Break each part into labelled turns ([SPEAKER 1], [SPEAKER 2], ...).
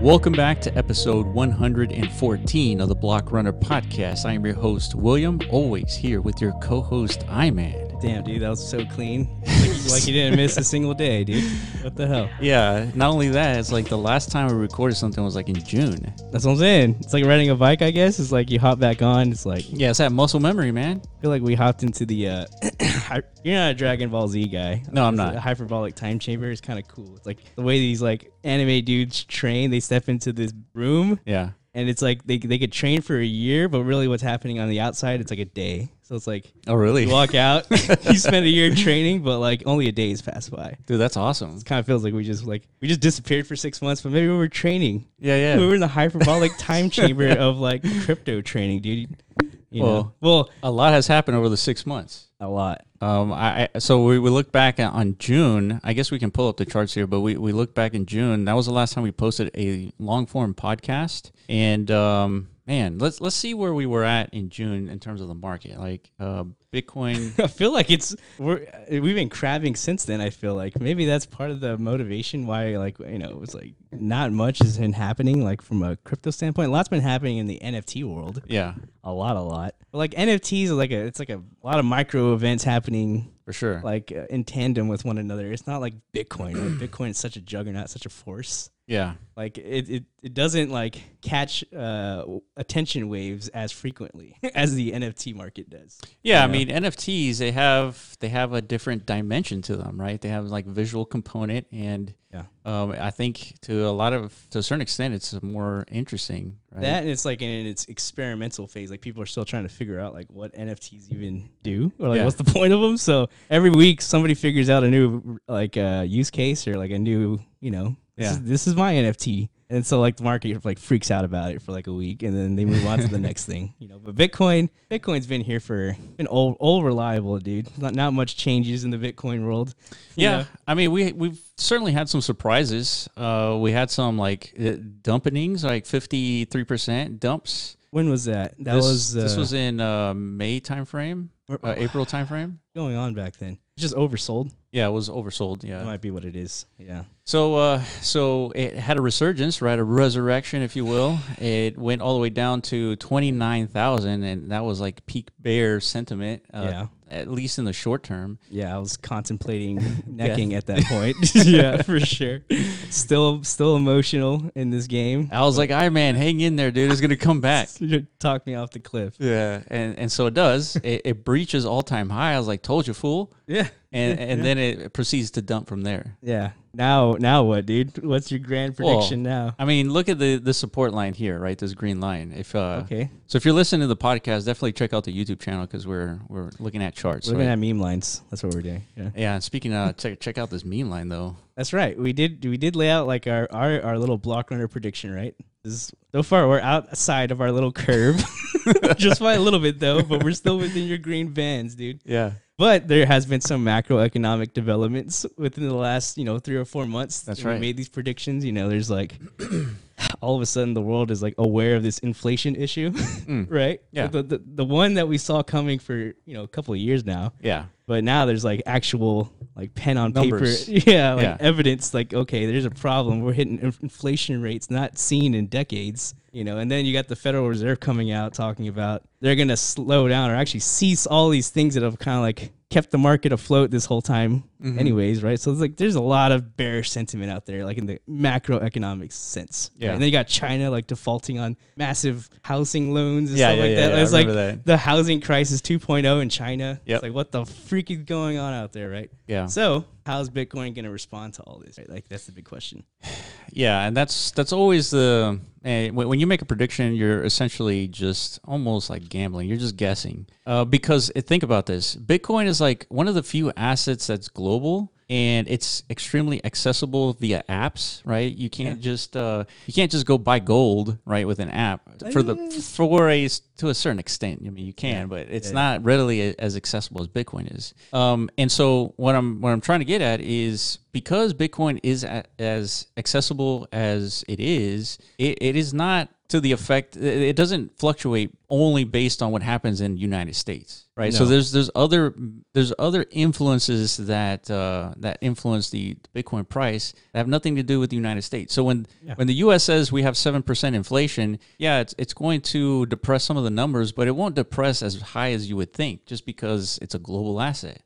[SPEAKER 1] Welcome back to episode 114 of the Block Runner podcast. I am your host, William, always here with your co host, Iman.
[SPEAKER 2] Damn, dude, that was so clean. Like, like you didn't miss a single day, dude. What the hell?
[SPEAKER 1] Yeah, not only that, it's like the last time we recorded something was like in June.
[SPEAKER 2] That's what I'm saying. It's like riding a bike, I guess. It's like you hop back on. It's like I
[SPEAKER 1] Yeah, it's that muscle memory, man.
[SPEAKER 2] feel like we hopped into the. uh hy- You're not a Dragon Ball Z guy.
[SPEAKER 1] No, I'm
[SPEAKER 2] It's
[SPEAKER 1] not.
[SPEAKER 2] A hyperbolic time chamber is kind of cool. It's like the way these like anime dudes train. They step into this room,
[SPEAKER 1] Yeah.
[SPEAKER 2] and it's like they they could train for a year, but really what's happening on the outside, it's like a day. So it's like
[SPEAKER 1] Oh, really?
[SPEAKER 2] you walk out, you spend a year training, but like only a day has passed by.
[SPEAKER 1] Dude, that's awesome.
[SPEAKER 2] kind of feels like we just like we just disappeared for six months, but maybe we were training.
[SPEAKER 1] Yeah, yeah.
[SPEAKER 2] We were in the hyperbolic time chamber of like crypto training, dude. You know, well,
[SPEAKER 1] A lot has happened over the six months.
[SPEAKER 2] a lot.
[SPEAKER 1] Um, I, I so we, we look back at- on June. I guess we can pull up the charts here, but we we look back in June. That was the last time we posted a long form podcast. And um, man, let's let's see where we were at in June in terms of the market. Like uh, Bitcoin.
[SPEAKER 2] I feel like it's we're we've been crabbing since then. I feel like maybe that's part of the motivation why like you know it was like not much has been happening like from a crypto standpoint. A lot's been happening in the NFT world.
[SPEAKER 1] yeah,
[SPEAKER 2] A lot, a lot. But like NFTs are like a it's like a lot of micro events happening
[SPEAKER 1] for sure.
[SPEAKER 2] like uh, in tandem with one another. It's not like Bitcoin. Like Bitcoin is such a juggernaut, such a force.
[SPEAKER 1] yeah,
[SPEAKER 2] Like it, it, it doesn't like catch uh, w- attention waves as frequently as the NFT market does.
[SPEAKER 1] yeah. I
[SPEAKER 2] Yeah.
[SPEAKER 1] mean NFTs. They have they have a different dimension to them, right? They have like visual component, and
[SPEAKER 2] Yeah.
[SPEAKER 1] um, I think to a lot of to a certain extent, it's more interesting. Right?
[SPEAKER 2] That and it's like in its experimental phase. Like people are still trying to figure out like what NFTs even do or like
[SPEAKER 1] Yeah.
[SPEAKER 2] what's the point of them. So every week somebody figures out a new like uh, use case or like a new you know this,
[SPEAKER 1] Yeah.
[SPEAKER 2] is, this is my NFT. And so like the market like freaks out about it for like a week and then they move on to the next thing. You know, but Bitcoin Bitcoin's been here for an old old reliable dude. Not not much changes in the Bitcoin world. you
[SPEAKER 1] Yeah,
[SPEAKER 2] know?
[SPEAKER 1] I mean, we we've certainly had some surprises. Uh, we had some like uh, dumpenings, like fifty three percent dumps.
[SPEAKER 2] When was that? That
[SPEAKER 1] this,
[SPEAKER 2] was uh, oh.
[SPEAKER 1] this was in uh, May timeframe, uh, April timeframe.
[SPEAKER 2] going on back then. Just oversold.
[SPEAKER 1] Yeah, it was oversold. Yeah,
[SPEAKER 2] That might be what it is. Yeah.
[SPEAKER 1] so uh, so it had a resurgence, right? A resurrection, if you will. It went all the way down to twenty nine thousand, and that was like peak bear sentiment. Uh,
[SPEAKER 2] Yeah.
[SPEAKER 1] At least in the short term.
[SPEAKER 2] Yeah, I was contemplating necking at that point. yeah, for sure. Still, still emotional in this game.
[SPEAKER 1] I was like, Iron Man, hang in there, dude. It's gonna come back."
[SPEAKER 2] You talked me off the cliff.
[SPEAKER 1] Yeah, and and so it does. it, it breaches all time high. I was like, "Told you, fool!"
[SPEAKER 2] Yeah,
[SPEAKER 1] And and then it proceeds to dump from there.
[SPEAKER 2] yeah. Now, now what, dude? What's your grand
[SPEAKER 1] Well,
[SPEAKER 2] prediction now?
[SPEAKER 1] I mean, look at the the support line here, right? This green line. If uh,
[SPEAKER 2] Okay,
[SPEAKER 1] so if you're listening to the podcast, definitely check out the YouTube channel because we're we're looking at charts.
[SPEAKER 2] looking
[SPEAKER 1] right?
[SPEAKER 2] at meme lines. That's what we're doing. Yeah,
[SPEAKER 1] yeah. and Speaking of check check out this meme line though.
[SPEAKER 2] that's right. We did, we did lay out like our our, our little block runner prediction, right? This is, so far, we're outside of our little curve, just by a little bit though. But we're still within your green bands, dude.
[SPEAKER 1] Yeah,
[SPEAKER 2] But there has been some macroeconomic developments within the last, you know, three or four months.
[SPEAKER 1] That's
[SPEAKER 2] when
[SPEAKER 1] right.
[SPEAKER 2] We made these predictions. You know, there's like all of a sudden the world is like aware of this inflation issue,
[SPEAKER 1] Mm.
[SPEAKER 2] right?
[SPEAKER 1] Yeah.
[SPEAKER 2] The, the the one that we saw coming for you know a couple of years now,
[SPEAKER 1] yeah,
[SPEAKER 2] but now there's like actual like pen on
[SPEAKER 1] Numbers.
[SPEAKER 2] paper, yeah, like
[SPEAKER 1] Yeah.
[SPEAKER 2] evidence. Like okay, there's a problem. We're hitting inf- inflation rates not seen in decades. You know, and then you got the Federal Reserve coming out talking about they're going to slow down or actually cease all these things that have kind of like kept the market afloat this whole time,
[SPEAKER 1] Mm-hmm.
[SPEAKER 2] anyways, right? So it's like there's a lot of bearish sentiment out there, like in the macroeconomic sense.
[SPEAKER 1] Yeah.
[SPEAKER 2] And then you got China like defaulting on massive housing loans and
[SPEAKER 1] Yeah,
[SPEAKER 2] stuff
[SPEAKER 1] yeah,
[SPEAKER 2] like
[SPEAKER 1] yeah,
[SPEAKER 2] that.
[SPEAKER 1] yeah, I
[SPEAKER 2] It's like
[SPEAKER 1] remember that.
[SPEAKER 2] the housing crisis 2.0 in China.
[SPEAKER 1] Yep.
[SPEAKER 2] It's like what the freak is going on out there, right?
[SPEAKER 1] yeah.
[SPEAKER 2] So, how's Bitcoin going to respond to all this? Right? Like that's the big question.
[SPEAKER 1] Yeah, and that's that's always the eh, when when you make a prediction, you're essentially just almost like gambling. You're just guessing uh, because eh, think about this: Bitcoin is like one of the few assets that's global and it's extremely accessible via apps. Right? You can't just uh, you can't just go buy gold right with an app for the for a s- to a certain extent. I mean, you can, but it's not readily a- as accessible as Bitcoin is. Um, and so what I'm what I'm trying to get at is because Bitcoin is a, as accessible as it is, it, it is not to the effect it it doesn't fluctuate only based on what happens in United States, right? So
[SPEAKER 2] No.
[SPEAKER 1] there's there's other there's other influences that uh, that influence the Bitcoin price that have nothing to do with the United States. So when when the U.S. says we have seven percent inflation, yeah, it's it's going to depress some of the numbers, but it won't depress as high as you would think, just because it's a global asset,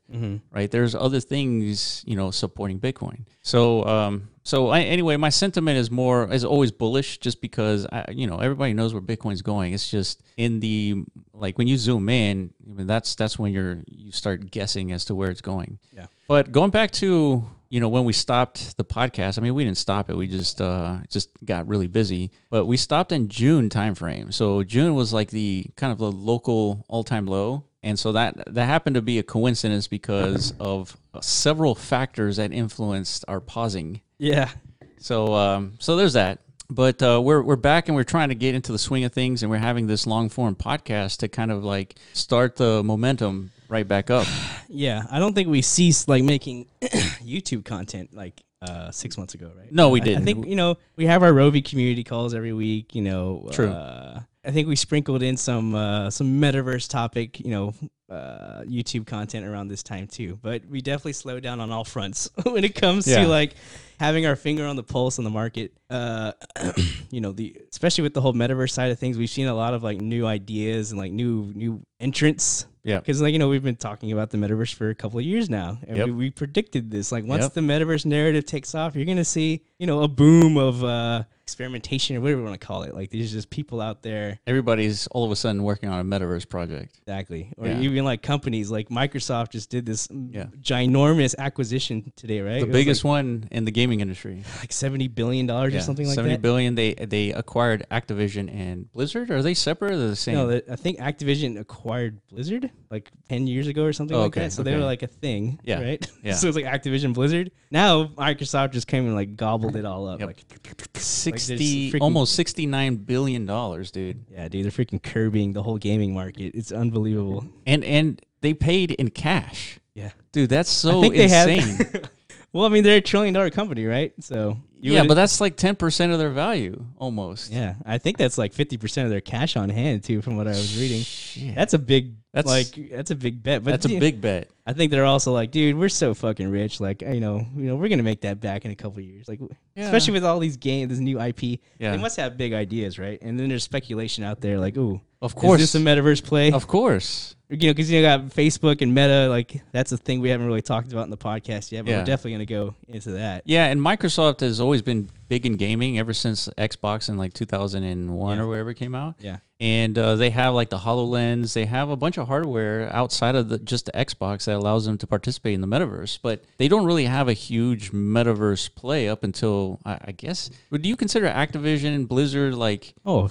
[SPEAKER 1] right? There's other things you know supporting Bitcoin. So um, so I, anyway, my sentiment is more is always bullish, just because I, you know everybody knows where Bitcoin's going. It's just in the like when you zoom in, I mean, that's that's when you're you start guessing as to where it's going.
[SPEAKER 2] Yeah.
[SPEAKER 1] But going back to you know when we stopped the podcast, I mean we didn't stop it. We just uh, just got really busy. But we stopped in June timeframe. So June was like the kind of the local all time low. And so that that happened to be a coincidence because of several factors that influenced our pausing.
[SPEAKER 2] Yeah.
[SPEAKER 1] So um, so there's that. But uh, we're we're back and we're trying to get into the swing of things, and we're having this long form podcast to kind of like start the momentum right back up.
[SPEAKER 2] Yeah. I don't think we ceased like making YouTube content like uh, six months ago, right?
[SPEAKER 1] No, we
[SPEAKER 2] I-
[SPEAKER 1] didn't.
[SPEAKER 2] I think you know we have our Rovi community calls every week. You know,
[SPEAKER 1] True.
[SPEAKER 2] Uh, I think we sprinkled in some uh, some metaverse topic, you know, uh, YouTube content around this time too. But we definitely slowed down on all fronts when it comes
[SPEAKER 1] Yeah.
[SPEAKER 2] to like having our finger on the pulse on the market. Uh, you know, the especially with the whole metaverse side of things, we've seen a lot of like new ideas and like new new entrants
[SPEAKER 1] Yeah.
[SPEAKER 2] because like you know we've been talking about the metaverse for a couple of years now, and
[SPEAKER 1] Yep.
[SPEAKER 2] we, we predicted this. Like once
[SPEAKER 1] Yep.
[SPEAKER 2] the metaverse narrative takes off, you're gonna see you know a boom of uh, experimentation or whatever you want to call it. Like there's just people out there,
[SPEAKER 1] Everybody's all of a sudden working on a metaverse project.
[SPEAKER 2] exactly, or
[SPEAKER 1] Yeah.
[SPEAKER 2] even like companies like Microsoft just did this ginormous acquisition today, right?
[SPEAKER 1] The biggest one in the gaming industry.
[SPEAKER 2] like, like seventy billion dollars or something like
[SPEAKER 1] Seventy
[SPEAKER 2] that.
[SPEAKER 1] billion. They they acquired Activision and Blizzard. Are they separate or the same?
[SPEAKER 2] No, that- I think Activision acquired Blizzard like ten years ago or something
[SPEAKER 1] Oh,
[SPEAKER 2] like
[SPEAKER 1] okay,
[SPEAKER 2] that. So they
[SPEAKER 1] okay.
[SPEAKER 2] were like a thing,
[SPEAKER 1] Yeah,
[SPEAKER 2] right?
[SPEAKER 1] yeah.
[SPEAKER 2] so it's like Activision Blizzard. Now Microsoft just came and like gobbled it all up.
[SPEAKER 1] Yep.
[SPEAKER 2] Like,
[SPEAKER 1] sixty,
[SPEAKER 2] freaking-
[SPEAKER 1] almost sixty nine billion dollars, dude.
[SPEAKER 2] yeah, dude, they're freaking curbing the whole gaming market. It's unbelievable.
[SPEAKER 1] And and they paid in cash,
[SPEAKER 2] Yeah,
[SPEAKER 1] dude. That's so
[SPEAKER 2] I think they
[SPEAKER 1] insane.
[SPEAKER 2] have. well, I mean, they're a trillion dollar company, right? So you
[SPEAKER 1] yeah,
[SPEAKER 2] would-
[SPEAKER 1] but that's like ten percent of their value almost.
[SPEAKER 2] yeah, I think that's like fifty percent of their cash on hand too, from what I was reading. That's a big. That's
[SPEAKER 1] That's-
[SPEAKER 2] like that's a big bet. But
[SPEAKER 1] That's a
[SPEAKER 2] dude,
[SPEAKER 1] big bet.
[SPEAKER 2] I think they're also like, dude, we're so fucking rich. Like, you know, you know, we're gonna make that back in a couple of years. Like,
[SPEAKER 1] Yeah.
[SPEAKER 2] especially with all these games, this new IP,
[SPEAKER 1] Yeah.
[SPEAKER 2] they must have big ideas, right? And then there's speculation out there, like, ooh,
[SPEAKER 1] Of
[SPEAKER 2] is
[SPEAKER 1] course.
[SPEAKER 2] this a metaverse play?
[SPEAKER 1] Of course.
[SPEAKER 2] you know, because you got Facebook and Meta. Like, that's a thing we haven't really talked about in the podcast yet, but
[SPEAKER 1] Yeah.
[SPEAKER 2] we're definitely gonna go into that.
[SPEAKER 1] Yeah, and Microsoft has always been big in gaming ever since Xbox in like 2001 or wherever it came out.
[SPEAKER 2] Yeah.
[SPEAKER 1] And uh, they have like the HoloLens. They have a bunch of hardware outside of the, just the Xbox that allows them to participate in the metaverse. But they don't really have a huge metaverse play up until, I, I guess, would you consider Activision and Blizzard like
[SPEAKER 2] Oh,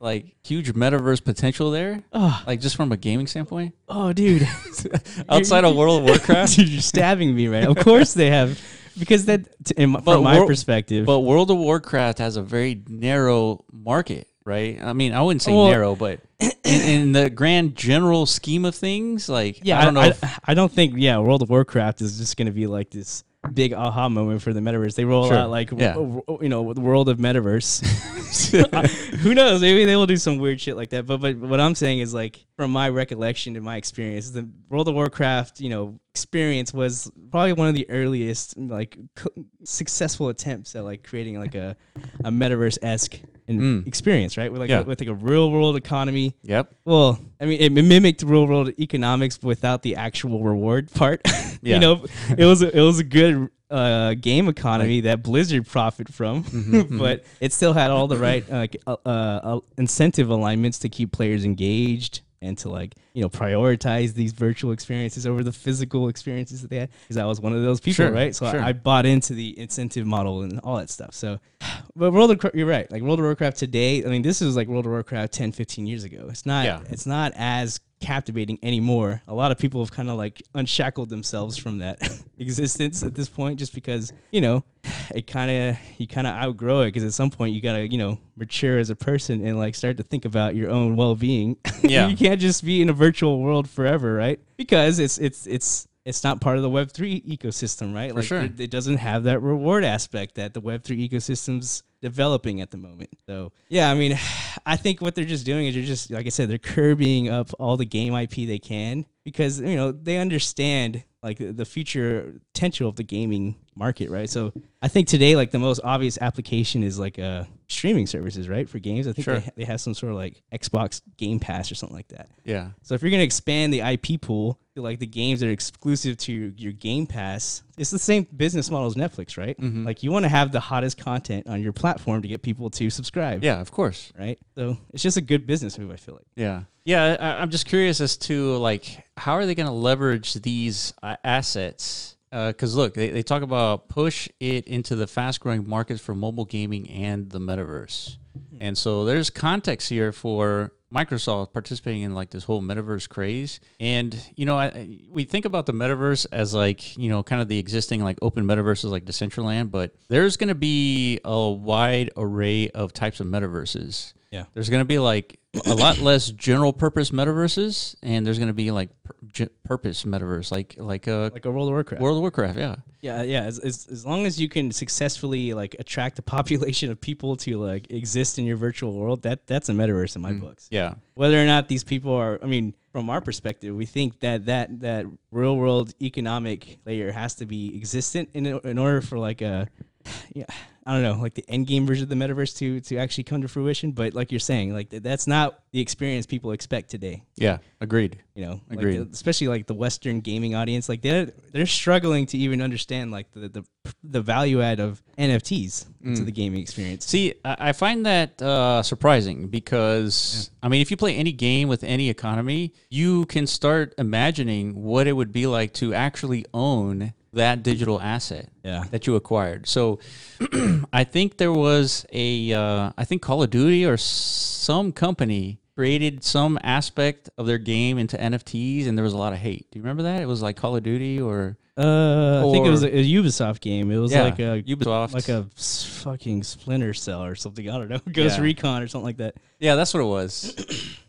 [SPEAKER 1] like huge metaverse potential there?
[SPEAKER 2] Ah.
[SPEAKER 1] Like just from a gaming standpoint?
[SPEAKER 2] oh, dude.
[SPEAKER 1] Outside of World of Warcraft?
[SPEAKER 2] Dude, you're stabbing me right. Of course they have, because that, t- in, my-
[SPEAKER 1] But
[SPEAKER 2] from my
[SPEAKER 1] we're-
[SPEAKER 2] perspective,
[SPEAKER 1] But World of Warcraft has a very narrow market, right? I mean, I wouldn't say
[SPEAKER 2] Well-
[SPEAKER 1] narrow, but in, in the grand general scheme of things, like
[SPEAKER 2] Yeah,
[SPEAKER 1] I don't know.
[SPEAKER 2] I,
[SPEAKER 1] if-
[SPEAKER 2] I don't think yeah, World of Warcraft is just going to be like this big aha moment for the metaverse. They roll
[SPEAKER 1] Sure,
[SPEAKER 2] out like w-
[SPEAKER 1] yeah.
[SPEAKER 2] w- w- you know the world of metaverse. Who knows? Maybe they will do some weird shit like that. But but what I'm saying is like from my recollection and my experience, the World of Warcraft you know experience was probably one of the earliest like c- successful attempts at like creating like a a metaverse esque. experience right with like
[SPEAKER 1] Mm. Yeah.
[SPEAKER 2] a, with like a real world economy
[SPEAKER 1] yep.
[SPEAKER 2] well, I mean, it mimicked real world economics without the actual reward part.
[SPEAKER 1] Yeah.
[SPEAKER 2] you know, it was a, it was a good uh, game economy that Blizzard profit from,
[SPEAKER 1] Mm-hmm,
[SPEAKER 2] but it still had all the right like uh, uh, incentive alignments to keep players engaged and to like you know prioritize these virtual experiences over the physical experiences that they had because I was one of those people,
[SPEAKER 1] Sure,
[SPEAKER 2] right? So
[SPEAKER 1] sure.
[SPEAKER 2] I, I bought into the incentive model and all that stuff. So, but World of Cra- you're right. Like World of Warcraft today, I mean, this is like World of Warcraft 10, 15 years ago. It's not.
[SPEAKER 1] Yeah.
[SPEAKER 2] It's not as captivating anymore. A lot of people have kind of like unshackled themselves from that existence at this point, just because you know, it kind of you kind of outgrow it. Because at some point you gotta you know mature as a person and like start to think about your own well being.
[SPEAKER 1] Yeah.
[SPEAKER 2] you can't just be in a virtual world forever, right? Because it's it's it's it's not part of the Web3 ecosystem, right? like,
[SPEAKER 1] sure.
[SPEAKER 2] It, it doesn't have that reward aspect that the Web3 ecosystem's developing at the moment. So, yeah, I mean, I think what they're just doing is they're just, like I said, they're curbying up all the game IP they can because, you know, they understand like the- the future potential of the gaming market, right? So I think today, like the most obvious application is like uh, streaming services, right? For games. I think
[SPEAKER 1] Sure.
[SPEAKER 2] they, they have some sort of like Xbox Game Pass or something like that.
[SPEAKER 1] Yeah.
[SPEAKER 2] So if you're gonna expand the IP pool to like the games that are exclusive to your, your Game Pass, it's the same business model as Netflix, right?
[SPEAKER 1] Mm-hmm.
[SPEAKER 2] Like you want to have the hottest content on your platform to get people to subscribe,
[SPEAKER 1] Yeah, of course.
[SPEAKER 2] right? So it's just a good business move, I feel like.
[SPEAKER 1] Yeah. Yeah, I, I'm just curious as to like how are they going to leverage these uh, assets? Because look, they, they talk about push it into the fast growing markets for mobile gaming and the metaverse, and so there's context here for Microsoft participating in like this whole metaverse craze. And you know, I- I, we think about the metaverse as like you know kind of the existing like open metaverses like Decentraland, but there's going to be a wide array of types of metaverses
[SPEAKER 2] Yeah.
[SPEAKER 1] there's going to be like a lot less general purpose metaverses and there's going to be like pur- ge- purpose metaverse like like a
[SPEAKER 2] Like a World of Warcraft.
[SPEAKER 1] world of warcraft yeah
[SPEAKER 2] yeah, yeah. As, as, as long as you can successfully like attract a population of people to like exist in your virtual world, that that's a metaverse in my
[SPEAKER 1] Mm.
[SPEAKER 2] books.
[SPEAKER 1] yeah
[SPEAKER 2] whether or not these people are i mean from our perspective we think that that that real world economic layer has to be existent in, in order for like a yeah i don't know like the end game version of the metaverse to to actually come to fruition but like you're saying like th- that's not the experience people expect today
[SPEAKER 1] yeah agreed
[SPEAKER 2] you know like
[SPEAKER 1] Agreed.
[SPEAKER 2] the- especially like the western gaming audience like they're they're struggling to even understand like the the, the value add of nfts to the gaming experience
[SPEAKER 1] see i, I find that uh, surprising because i mean if you play any game with any economy you can start imagining what it would be like to actually own that digital asset
[SPEAKER 2] Yeah.
[SPEAKER 1] that you acquired so I think there was a, uh, I think Call of Duty or s- some company created some aspect of their game into NFTs, and there was a lot of hate. Do you remember that? It was like Call of Duty or
[SPEAKER 2] Uh, I think it was
[SPEAKER 1] Or-
[SPEAKER 2] a, a Ubisoft game. It was
[SPEAKER 1] Yeah,
[SPEAKER 2] like a
[SPEAKER 1] Ubisoft.
[SPEAKER 2] like a s- fucking Splinter Cell or something. I don't know, Ghost
[SPEAKER 1] Yeah.
[SPEAKER 2] Recon or something like that.
[SPEAKER 1] yeah, that's what it was.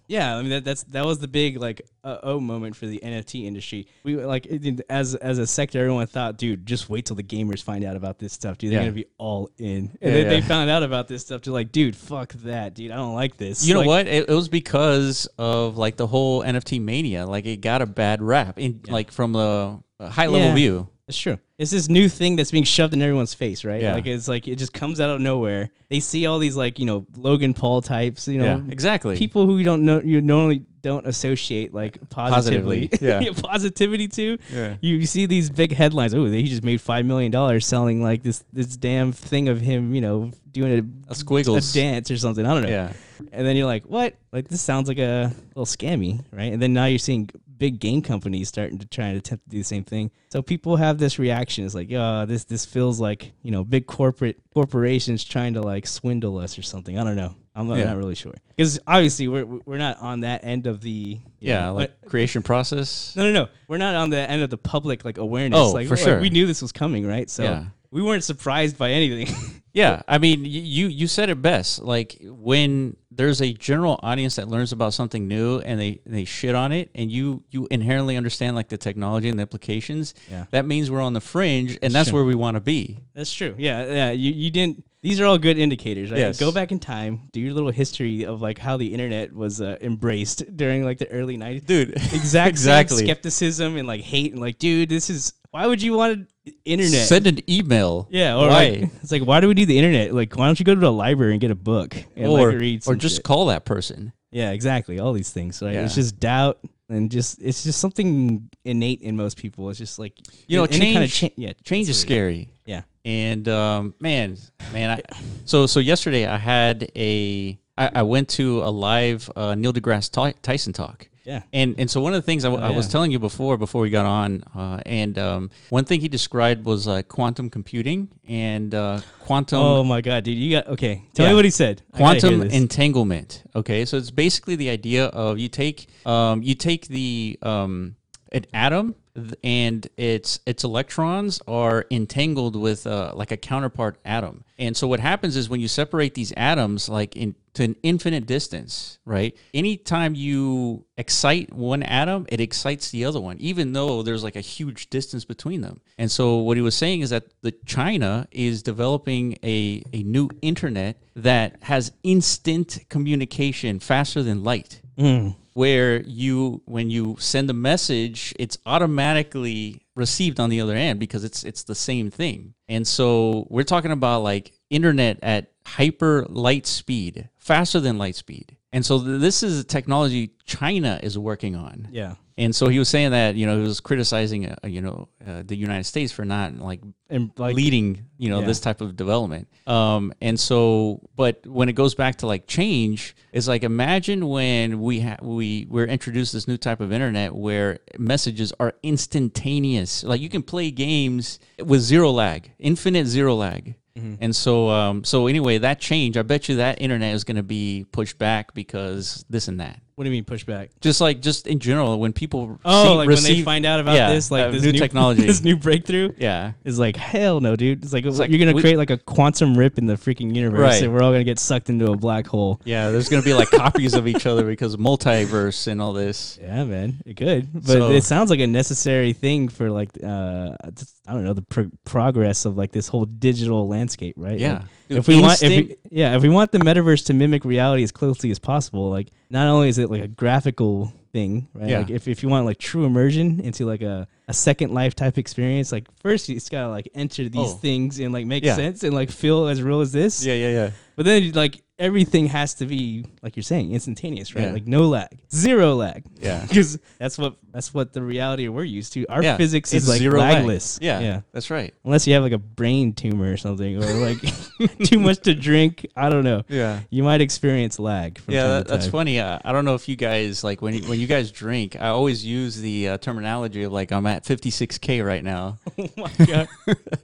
[SPEAKER 2] Yeah, I mean that that's that was the big like uh oh moment for the NFT industry. We were, like it did- as as a sector, everyone thought, dude, just wait till the gamers find out about this stuff, dude. They're
[SPEAKER 1] Yeah.
[SPEAKER 2] gonna be all in. And
[SPEAKER 1] Yeah,
[SPEAKER 2] then they
[SPEAKER 1] yeah.
[SPEAKER 2] found out about this stuff. They're like, dude, fuck that, dude. I don't like this.
[SPEAKER 1] You know
[SPEAKER 2] Like,
[SPEAKER 1] what? It, it was because of like the whole NFT mania. Like it got a bad rap in like from the high level
[SPEAKER 2] Yeah.
[SPEAKER 1] view.
[SPEAKER 2] It's true. It's this new thing that's being shoved in everyone's face, right?
[SPEAKER 1] Yeah.
[SPEAKER 2] Like it's like it just comes out of nowhere. They see all these like you know Logan Paul types, you know,
[SPEAKER 1] Yeah, exactly.
[SPEAKER 2] people who you don't know you normally don't associate like positively,
[SPEAKER 1] Positively, yeah.
[SPEAKER 2] positivity to
[SPEAKER 1] Yeah.
[SPEAKER 2] you, you see these big headlines oh he just made five million dollars selling like this this damn thing of him you know doing
[SPEAKER 1] a
[SPEAKER 2] a, a
[SPEAKER 1] squiggles.
[SPEAKER 2] dance or something i don't know
[SPEAKER 1] yeah,
[SPEAKER 2] and then you're like what like this sounds like a little scammy right and then now you're seeing big game companies starting to try and attempt to do the same thing so people have this reaction it's like oh this this feels like you know big corporate corporations trying to like swindle us or something i don't know i'm not,
[SPEAKER 1] Yeah.
[SPEAKER 2] not really sure because obviously we're we're not on that end of the
[SPEAKER 1] yeah, like creation process.
[SPEAKER 2] no, no, no. We're not on the end of the public like awareness.
[SPEAKER 1] Oh,
[SPEAKER 2] like,
[SPEAKER 1] for
[SPEAKER 2] like,
[SPEAKER 1] sure.
[SPEAKER 2] we knew this was coming, right? So
[SPEAKER 1] Yeah.
[SPEAKER 2] we weren't surprised by anything.
[SPEAKER 1] Yeah, I mean, y- you you said it best. Like when there's a general audience that learns about something new and they they shit on it, and you you inherently understand like the technology and the implications.
[SPEAKER 2] Yeah.
[SPEAKER 1] that means we're on the fringe, and that's where we want to be.
[SPEAKER 2] That's true. Yeah, yeah. You, you didn't. These are all good indicators, right?
[SPEAKER 1] Yes.
[SPEAKER 2] Go back in time, do your little history of like how the internet was uh, embraced during like the early '90s,
[SPEAKER 1] Dude,
[SPEAKER 2] Exact exactly
[SPEAKER 1] exactly.
[SPEAKER 2] skepticism and like hate and like, dude, this is why would you want an internet?
[SPEAKER 1] Send an email.
[SPEAKER 2] yeah, or
[SPEAKER 1] Why?
[SPEAKER 2] like it's like why do we do the internet? Like why don't you go to the library and get a book and
[SPEAKER 1] or
[SPEAKER 2] like read
[SPEAKER 1] or
[SPEAKER 2] some
[SPEAKER 1] just
[SPEAKER 2] shit?
[SPEAKER 1] call that person.
[SPEAKER 2] yeah, exactly. All these things, right? It's
[SPEAKER 1] Yeah.
[SPEAKER 2] just doubt and just it's just something innate in most people. It's just like
[SPEAKER 1] You know,
[SPEAKER 2] any kind of
[SPEAKER 1] change-
[SPEAKER 2] cha- yeah,
[SPEAKER 1] Change is
[SPEAKER 2] that's
[SPEAKER 1] scary.
[SPEAKER 2] what it- Yeah.
[SPEAKER 1] And um, man, man, I, so so yesterday I had a I, I went to a live uh, Neil deGrasse Ty- Tyson talk.
[SPEAKER 2] Yeah.
[SPEAKER 1] And and so one of the things I, w-
[SPEAKER 2] Oh,
[SPEAKER 1] I was
[SPEAKER 2] yeah.
[SPEAKER 1] telling you before before we got on, uh, and um, one thing he described was uh, quantum computing and uh, quantum
[SPEAKER 2] Oh my god, dude! You got okay. Tell
[SPEAKER 1] Yeah.
[SPEAKER 2] me what he said. I gotta hear
[SPEAKER 1] quantum
[SPEAKER 2] this.
[SPEAKER 1] entanglement. Okay, so it's basically the idea of you take um, you take the um, an atom, th- and its its electrons are entangled with uh, like a counterpart atom. And so what happens is when you separate these atoms like in to an infinite distance, right? Anytime you excite one atom, it excites the other one, even though there's like a huge distance between them. And so what he was saying is that the China is developing a, a new internet that has instant communication faster than light where you when you send a message it's automatically received on the other end because it's it's the same thing and so we're talking about like internet at hyper light speed faster than light speed and so th- this is a technology china is working on
[SPEAKER 2] Yeah.
[SPEAKER 1] and so he was saying that you know he was criticizing uh, you know uh, the united states for not like
[SPEAKER 2] And like
[SPEAKER 1] leading you know
[SPEAKER 2] Yeah.
[SPEAKER 1] this type of development um and so but when it goes back to like change it's like imagine when we ha- we we're introduced this new type of internet where messages are instantaneous like you can play games with zero lag infinite zero lag
[SPEAKER 2] Mm-hmm.
[SPEAKER 1] and so um so anyway that change i bet you that internet is going to be pushed back because this and that
[SPEAKER 2] what do you mean pushback?
[SPEAKER 1] just like just in general when people
[SPEAKER 2] Oh,
[SPEAKER 1] see-
[SPEAKER 2] like when they
[SPEAKER 1] receive-
[SPEAKER 2] find out about
[SPEAKER 1] yeah,
[SPEAKER 2] this, like
[SPEAKER 1] uh,
[SPEAKER 2] this
[SPEAKER 1] new, technology
[SPEAKER 2] this new breakthrough.
[SPEAKER 1] yeah
[SPEAKER 2] is like hell no, dude. It's like,
[SPEAKER 1] like,
[SPEAKER 2] you're gonna
[SPEAKER 1] we-
[SPEAKER 2] create like a quantum rip in the freaking universe,
[SPEAKER 1] Right.
[SPEAKER 2] and we're all gonna get sucked into a black hole.
[SPEAKER 1] Yeah, there's gonna be like copies of each other because multiverse and all this.
[SPEAKER 2] Yeah, man, it could, but
[SPEAKER 1] So-
[SPEAKER 2] it sounds like a necessary thing for like uh, just- I don't know the pro- progress of like this whole digital landscape, right?
[SPEAKER 1] Yeah.
[SPEAKER 2] Like,
[SPEAKER 1] Dude,
[SPEAKER 2] if we want, if we,
[SPEAKER 1] instinct-
[SPEAKER 2] yeah, if we want the metaverse to mimic reality as closely as possible, like not only is it like a graphical thing, right?
[SPEAKER 1] Yeah.
[SPEAKER 2] Like if, if you want like true immersion into like a, a second life type experience, like first you just gotta like enter these
[SPEAKER 1] Oh.
[SPEAKER 2] things and like make
[SPEAKER 1] Yeah.
[SPEAKER 2] sense and like feel as real as this.
[SPEAKER 1] yeah, yeah.
[SPEAKER 2] But then like everything has to be like you're saying instantaneous, right?
[SPEAKER 1] Yeah.
[SPEAKER 2] Like no lag, zero lag.
[SPEAKER 1] Yeah.
[SPEAKER 2] because that's what that's what the reality we're used to. Our
[SPEAKER 1] Yeah,
[SPEAKER 2] physics is
[SPEAKER 1] it's
[SPEAKER 2] like
[SPEAKER 1] zero lag.
[SPEAKER 2] lagless.
[SPEAKER 1] Yeah,
[SPEAKER 2] yeah.
[SPEAKER 1] that's right.
[SPEAKER 2] Unless you have like a brain tumor or something, or like too much to drink. I don't know.
[SPEAKER 1] Yeah.
[SPEAKER 2] You might experience lag. From
[SPEAKER 1] Yeah,
[SPEAKER 2] time
[SPEAKER 1] that,
[SPEAKER 2] to
[SPEAKER 1] that's
[SPEAKER 2] time.
[SPEAKER 1] funny. Uh, I don't know if you guys like when you, when you guys drink. I always use the uh, terminology of like I'm at 56k right now.
[SPEAKER 2] oh my god!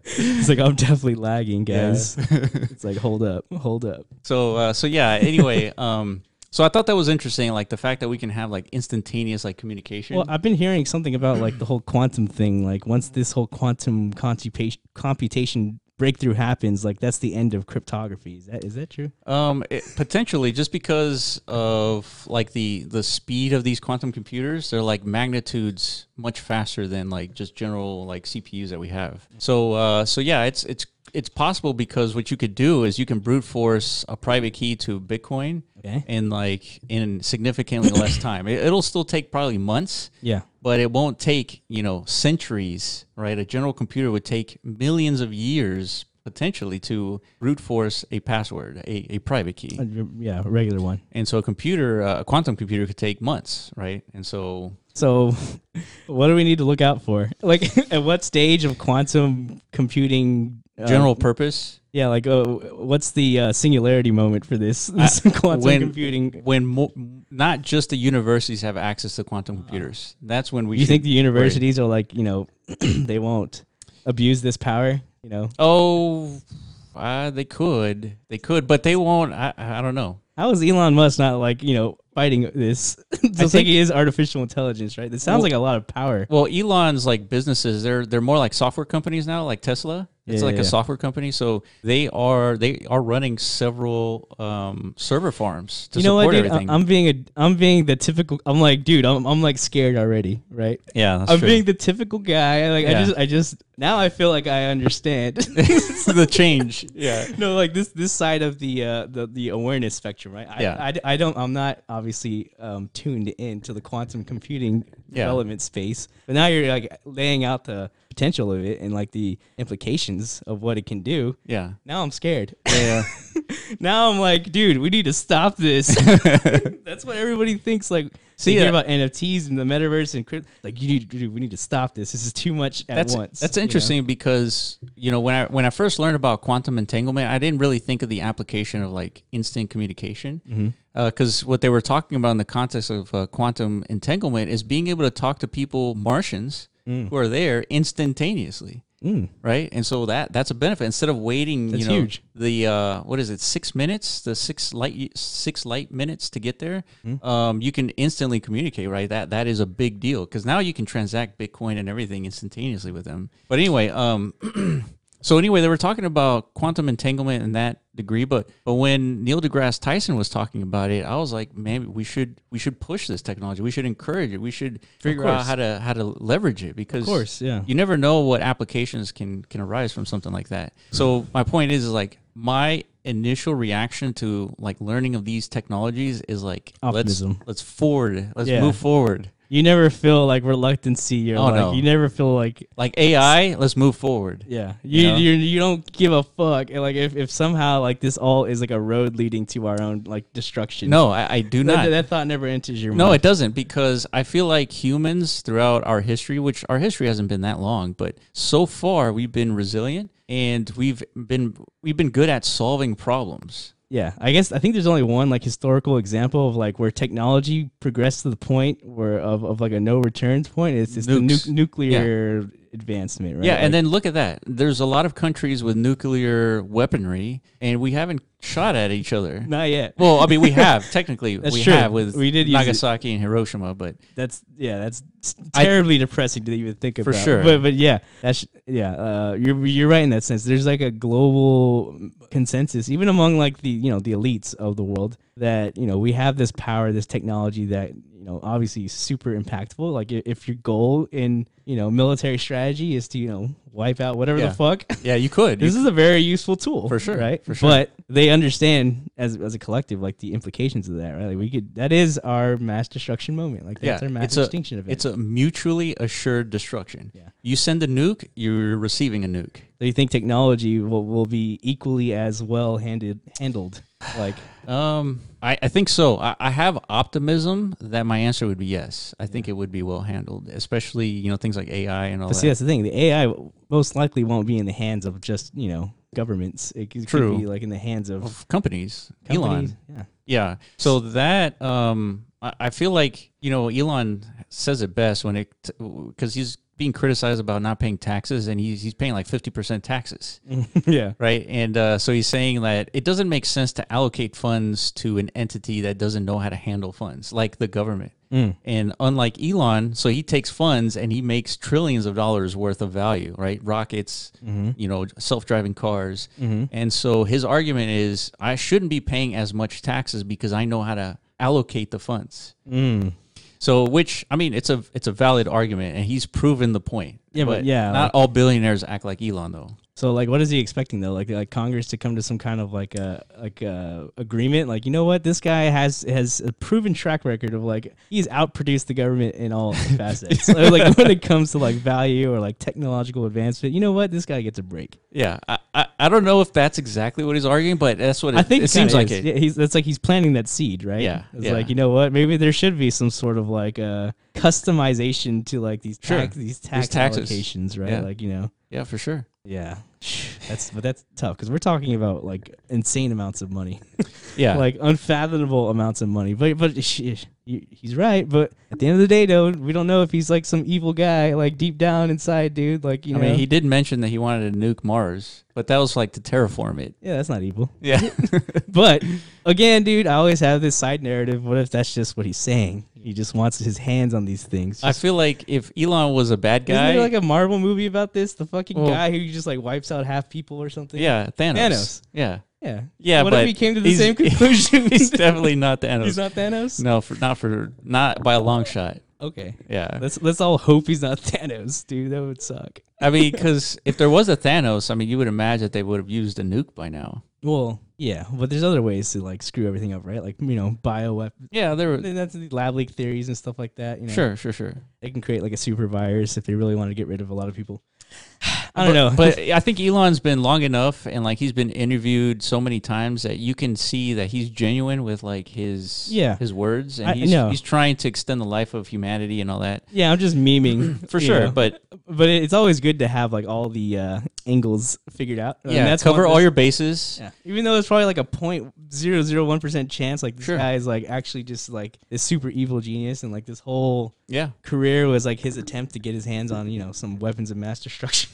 [SPEAKER 2] it's like I'm definitely lagging, guys. it's like hold up, hold up.
[SPEAKER 1] So uh, so yeah. Anyway, um, so I thought that was interesting. Like the fact that we can have like instantaneous like communication.
[SPEAKER 2] Well, I've been hearing something about like the whole quantum thing. Like once this whole quantum computation computation breakthrough happens, like that's the end of cryptography. Is that is that true?
[SPEAKER 1] Um, it, potentially, just because of like the the speed of these quantum computers, they're like magnitudes much faster than like just general like CPUs that we have. So, uh, so yeah, it's it's it's possible because what you could do is you can brute force a private key to Bitcoin
[SPEAKER 2] Okay.
[SPEAKER 1] in like in significantly less time. It, it'll still take probably months,
[SPEAKER 2] Yeah.
[SPEAKER 1] but it won't take you know centuries right a general computer would take millions of years potentially to brute force a password a, a private key
[SPEAKER 2] Uh, Yeah, a regular one.
[SPEAKER 1] and so a computer uh, a quantum computer could take months right and so
[SPEAKER 2] So, what do we need to look out for? Like, at what stage of quantum computing? uh,
[SPEAKER 1] general purpose
[SPEAKER 2] yeah, like, uh, what's the uh, singularity moment for this, this quantum
[SPEAKER 1] when-
[SPEAKER 2] computing?
[SPEAKER 1] when mo- not just the universities have access to quantum computers that's when we
[SPEAKER 2] Uh, You
[SPEAKER 1] should
[SPEAKER 2] think the
[SPEAKER 1] worry.
[SPEAKER 2] universities are like, you know, they won't abuse this power? You know,
[SPEAKER 1] oh uh, they could they could but they won't i, I don't know
[SPEAKER 2] How is Elon Musk not like you know fighting this? Just like
[SPEAKER 1] think-
[SPEAKER 2] he is artificial intelligence, right? This sounds like a lot of power.
[SPEAKER 1] Well, Elon's like businesses, they're they're more like software companies now, like Tesla. It's
[SPEAKER 2] Yeah,
[SPEAKER 1] like
[SPEAKER 2] yeah,
[SPEAKER 1] a
[SPEAKER 2] yeah.
[SPEAKER 1] software company, so they are they are running several um, server farms to
[SPEAKER 2] You know what,
[SPEAKER 1] support
[SPEAKER 2] dude? I-
[SPEAKER 1] everything.
[SPEAKER 2] I'm being a, I'm being the typical. I'm like, dude, I'm, I'm like scared already, right?
[SPEAKER 1] yeah, that's
[SPEAKER 2] I'm
[SPEAKER 1] true.
[SPEAKER 2] being the typical guy. Like I
[SPEAKER 1] Yeah.
[SPEAKER 2] just, I just now I feel like I understand.
[SPEAKER 1] the change. Yeah,
[SPEAKER 2] no, like this, this side of the, uh, the, the awareness spectrum, right? I,
[SPEAKER 1] Yeah.
[SPEAKER 2] I, I don't, I'm not obviously um, tuned into the quantum computing
[SPEAKER 1] Yeah.
[SPEAKER 2] development space, but now you're like laying out the potential of it and like the implications of what it can do.
[SPEAKER 1] yeah,
[SPEAKER 2] Now I'm scared.
[SPEAKER 1] yeah.
[SPEAKER 2] now I'm like, dude, we need to stop this. That's what everybody thinks. Like, see,
[SPEAKER 1] See,
[SPEAKER 2] hear
[SPEAKER 1] uh,
[SPEAKER 2] about NFTs and the metaverse and crypto. Like, you need, dude, we need to stop this. This is too much at
[SPEAKER 1] That's
[SPEAKER 2] once.
[SPEAKER 1] that's
[SPEAKER 2] you know?
[SPEAKER 1] interesting because you know when I when I first learned about quantum entanglement, I didn't really think of the application of like instant
[SPEAKER 2] Mm-hmm.
[SPEAKER 1] communication because what they were talking about in the context of uh, quantum
[SPEAKER 2] Mm.
[SPEAKER 1] entanglement is being able to talk to people Martians who are there instantaneously. right? And so that that's a benefit instead of waiting.
[SPEAKER 2] That's
[SPEAKER 1] you know,
[SPEAKER 2] huge.
[SPEAKER 1] The uh, what is it? Six minutes, the six light six light minutes to get there.
[SPEAKER 2] Hmm.
[SPEAKER 1] Um, you can instantly communicate, right? That that is a big deal because now you can transact Bitcoin and everything instantaneously with them. But anyway, um, So anyway, they were talking about quantum entanglement in that degree, but but when Neil deGrasse Tyson was talking about it, I was like, man, we should we should push this technology. We should encourage it. We should figure out
[SPEAKER 2] course.
[SPEAKER 1] how to how to leverage it because
[SPEAKER 2] course, yeah.
[SPEAKER 1] you never know what applications can can arise from something like that. So my point is, is like my initial reaction to like learning of these technologies is like
[SPEAKER 2] Optimism.
[SPEAKER 1] let's let's forward, let's
[SPEAKER 2] Yeah.
[SPEAKER 1] move forward.
[SPEAKER 2] You never feel like reluctancy. You're
[SPEAKER 1] Oh,
[SPEAKER 2] like
[SPEAKER 1] no.
[SPEAKER 2] you never feel like
[SPEAKER 1] Like AI, let's move forward.
[SPEAKER 2] yeah. You
[SPEAKER 1] know?
[SPEAKER 2] you you don't give a fuck. And like if, if somehow like this all is like a road leading to our own like destruction.
[SPEAKER 1] No, I, I do
[SPEAKER 2] That,
[SPEAKER 1] not.
[SPEAKER 2] that thought never enters your
[SPEAKER 1] No,
[SPEAKER 2] mind.
[SPEAKER 1] it doesn't because I feel like humans throughout our history, which our history hasn't been that long, but so far we've been resilient and we've been we've been good at solving problems.
[SPEAKER 2] Yeah, I guess I think there's only one like historical example of like where technology progressed to the point where of, of like a no returns point. It's, it's the nu-
[SPEAKER 1] Nukes.
[SPEAKER 2] nuclear advancement, right?
[SPEAKER 1] Yeah, and
[SPEAKER 2] Like,
[SPEAKER 1] then look at that. There's a lot of countries with nuclear weaponry and we haven't shot at each other.
[SPEAKER 2] not yet.
[SPEAKER 1] Well, I mean we have technically
[SPEAKER 2] That's
[SPEAKER 1] we
[SPEAKER 2] true.
[SPEAKER 1] have with
[SPEAKER 2] We did use it.
[SPEAKER 1] Nagasaki and Hiroshima, but
[SPEAKER 2] That's yeah, that's s-
[SPEAKER 1] I-
[SPEAKER 2] terribly depressing to even think
[SPEAKER 1] For
[SPEAKER 2] about.
[SPEAKER 1] sure.
[SPEAKER 2] but but yeah, that's yeah. Uh, you're you're right in that sense. There's like a global consensus, even among like the you know the elites of the world, that you know we have this power, this technology that you know obviously is super impactful. Like i- if your goal in you know military strategy is to you know wipe out whatever
[SPEAKER 1] Yeah.
[SPEAKER 2] the fuck.
[SPEAKER 1] yeah, you could. You
[SPEAKER 2] This is a very useful tool
[SPEAKER 1] For sure,
[SPEAKER 2] right?
[SPEAKER 1] for sure.
[SPEAKER 2] But they understand as as a collective, like the implications of that, right? Like we could that is our mass destruction moment. Like that's our mass
[SPEAKER 1] it's
[SPEAKER 2] extinction
[SPEAKER 1] a,
[SPEAKER 2] event.
[SPEAKER 1] It's a mutually assured destruction.
[SPEAKER 2] Yeah.
[SPEAKER 1] You send a nuke, you're receiving a nuke.
[SPEAKER 2] Do you think technology will, will be equally as well handed handled? Like
[SPEAKER 1] Um, I, I think so. I, I have optimism that my answer would be yes. I think it would be well handled, especially you know things like AI and all
[SPEAKER 2] but
[SPEAKER 1] that.
[SPEAKER 2] see, that's the thing. The AI most likely won't be in the hands of just you know governments. It could, could
[SPEAKER 1] True.
[SPEAKER 2] be like in the hands of
[SPEAKER 1] Of companies,
[SPEAKER 2] companies.
[SPEAKER 1] Elon.
[SPEAKER 2] Yeah.
[SPEAKER 1] Yeah. So that um, I, I feel like you know Elon says it best when it because he's being criticized about not paying taxes and he's he's paying like fifty percent taxes.
[SPEAKER 2] yeah.
[SPEAKER 1] right? And uh, so he's saying that it doesn't make sense to allocate funds to an entity that doesn't know how to handle funds, like the government.
[SPEAKER 2] Mm.
[SPEAKER 1] And unlike Elon, so he takes funds and he makes trillions of dollars worth of value, right? Rockets,
[SPEAKER 2] Mm-hmm.
[SPEAKER 1] you know, self-driving cars. And so his argument is, I shouldn't be paying as much taxes because I know how to allocate the funds.
[SPEAKER 2] Mm.
[SPEAKER 1] So, which I mean, it's a it's a valid argument, and he's proven the point.
[SPEAKER 2] Yeah, but yeah,
[SPEAKER 1] not all billionaires act like Elon, though.
[SPEAKER 2] So like, what is he expecting though? Like, like Congress to come to some kind of like a like a agreement? Like, you know what? This guy has has a proven track record of like he's outproduced the government in all facets. So, like when it comes to like value or like technological advancement, you know what? This guy gets a break.
[SPEAKER 1] Yeah, I, I, I don't know if that's exactly what he's arguing, but that's what it,
[SPEAKER 2] I think
[SPEAKER 1] it seems like it.
[SPEAKER 2] Yeah, he's that's like he's planting that seed, right?
[SPEAKER 1] Yeah,
[SPEAKER 2] it's
[SPEAKER 1] yeah.
[SPEAKER 2] like you know what? Maybe there should be some sort of like uh, customization to like these
[SPEAKER 1] Sure.
[SPEAKER 2] tax these tax
[SPEAKER 1] taxes.
[SPEAKER 2] allocations, right?
[SPEAKER 1] Yeah.
[SPEAKER 2] Like you know.
[SPEAKER 1] Yeah, for sure.
[SPEAKER 2] Yeah. That's but that's tough because we're talking about like insane amounts of money,
[SPEAKER 1] Yeah,
[SPEAKER 2] like unfathomable amounts of money. But but sh- sh- he- he's right. But at the end of the day, though, we don't know if he's like some evil guy, like deep down inside, dude. Like you
[SPEAKER 1] I
[SPEAKER 2] know,
[SPEAKER 1] mean, he did mention that he wanted to nuke Mars, but that was like to terraform it.
[SPEAKER 2] yeah, that's not evil.
[SPEAKER 1] Yeah,
[SPEAKER 2] But again, dude, I always have this side narrative. What if that's just what he's saying? He just wants his hands on these things.
[SPEAKER 1] I
[SPEAKER 2] Just-
[SPEAKER 1] feel like if Elon was a bad
[SPEAKER 2] isn't
[SPEAKER 1] guy,
[SPEAKER 2] there like a Marvel movie about this? The fucking
[SPEAKER 1] Well-
[SPEAKER 2] guy who just like wipes out half people or something.
[SPEAKER 1] yeah, Thanos.
[SPEAKER 2] Thanos.
[SPEAKER 1] Yeah,
[SPEAKER 2] yeah,
[SPEAKER 1] yeah.
[SPEAKER 2] What
[SPEAKER 1] but
[SPEAKER 2] if he came to the
[SPEAKER 1] he's-
[SPEAKER 2] same conclusion?
[SPEAKER 1] He's definitely not Thanos.
[SPEAKER 2] He's not Thanos.
[SPEAKER 1] no, for, not for not by a long shot.
[SPEAKER 2] Okay.
[SPEAKER 1] Yeah,
[SPEAKER 2] Let's let's all hope he's not Thanos, dude. That would suck.
[SPEAKER 1] I mean, because if there was a Thanos, I mean, you would imagine that they would have used a nuke by now.
[SPEAKER 2] Well, yeah, but there's other ways to like screw everything up, right? Like you know, bio
[SPEAKER 1] Yeah, there. Were,
[SPEAKER 2] that's the lab leak theories and stuff like that. You know,
[SPEAKER 1] sure, sure, sure.
[SPEAKER 2] they can create like a super virus if they really want to get rid of a lot of people. I don't know,
[SPEAKER 1] but I think Elon's been long enough, and like he's been interviewed so many times that you can see that he's genuine with like his
[SPEAKER 2] Yeah.
[SPEAKER 1] his words, and
[SPEAKER 2] I-
[SPEAKER 1] he's
[SPEAKER 2] no.
[SPEAKER 1] he's trying to extend the life of humanity and all that
[SPEAKER 2] yeah, I'm just memeing
[SPEAKER 1] for
[SPEAKER 2] you
[SPEAKER 1] sure.
[SPEAKER 2] know.
[SPEAKER 1] But
[SPEAKER 2] but it- it's always good to have like all the uh, angles figured out. And
[SPEAKER 1] yeah,
[SPEAKER 2] that's
[SPEAKER 1] cover
[SPEAKER 2] one-
[SPEAKER 1] all your bases.
[SPEAKER 2] Yeah. Even though it's probably like a point zero zero one percent chance, like this
[SPEAKER 1] Sure.
[SPEAKER 2] guy is like actually just like this super evil genius, and like this whole
[SPEAKER 1] Yeah,
[SPEAKER 2] career was like his attempt to get his hands on you know some weapons of mass destruction.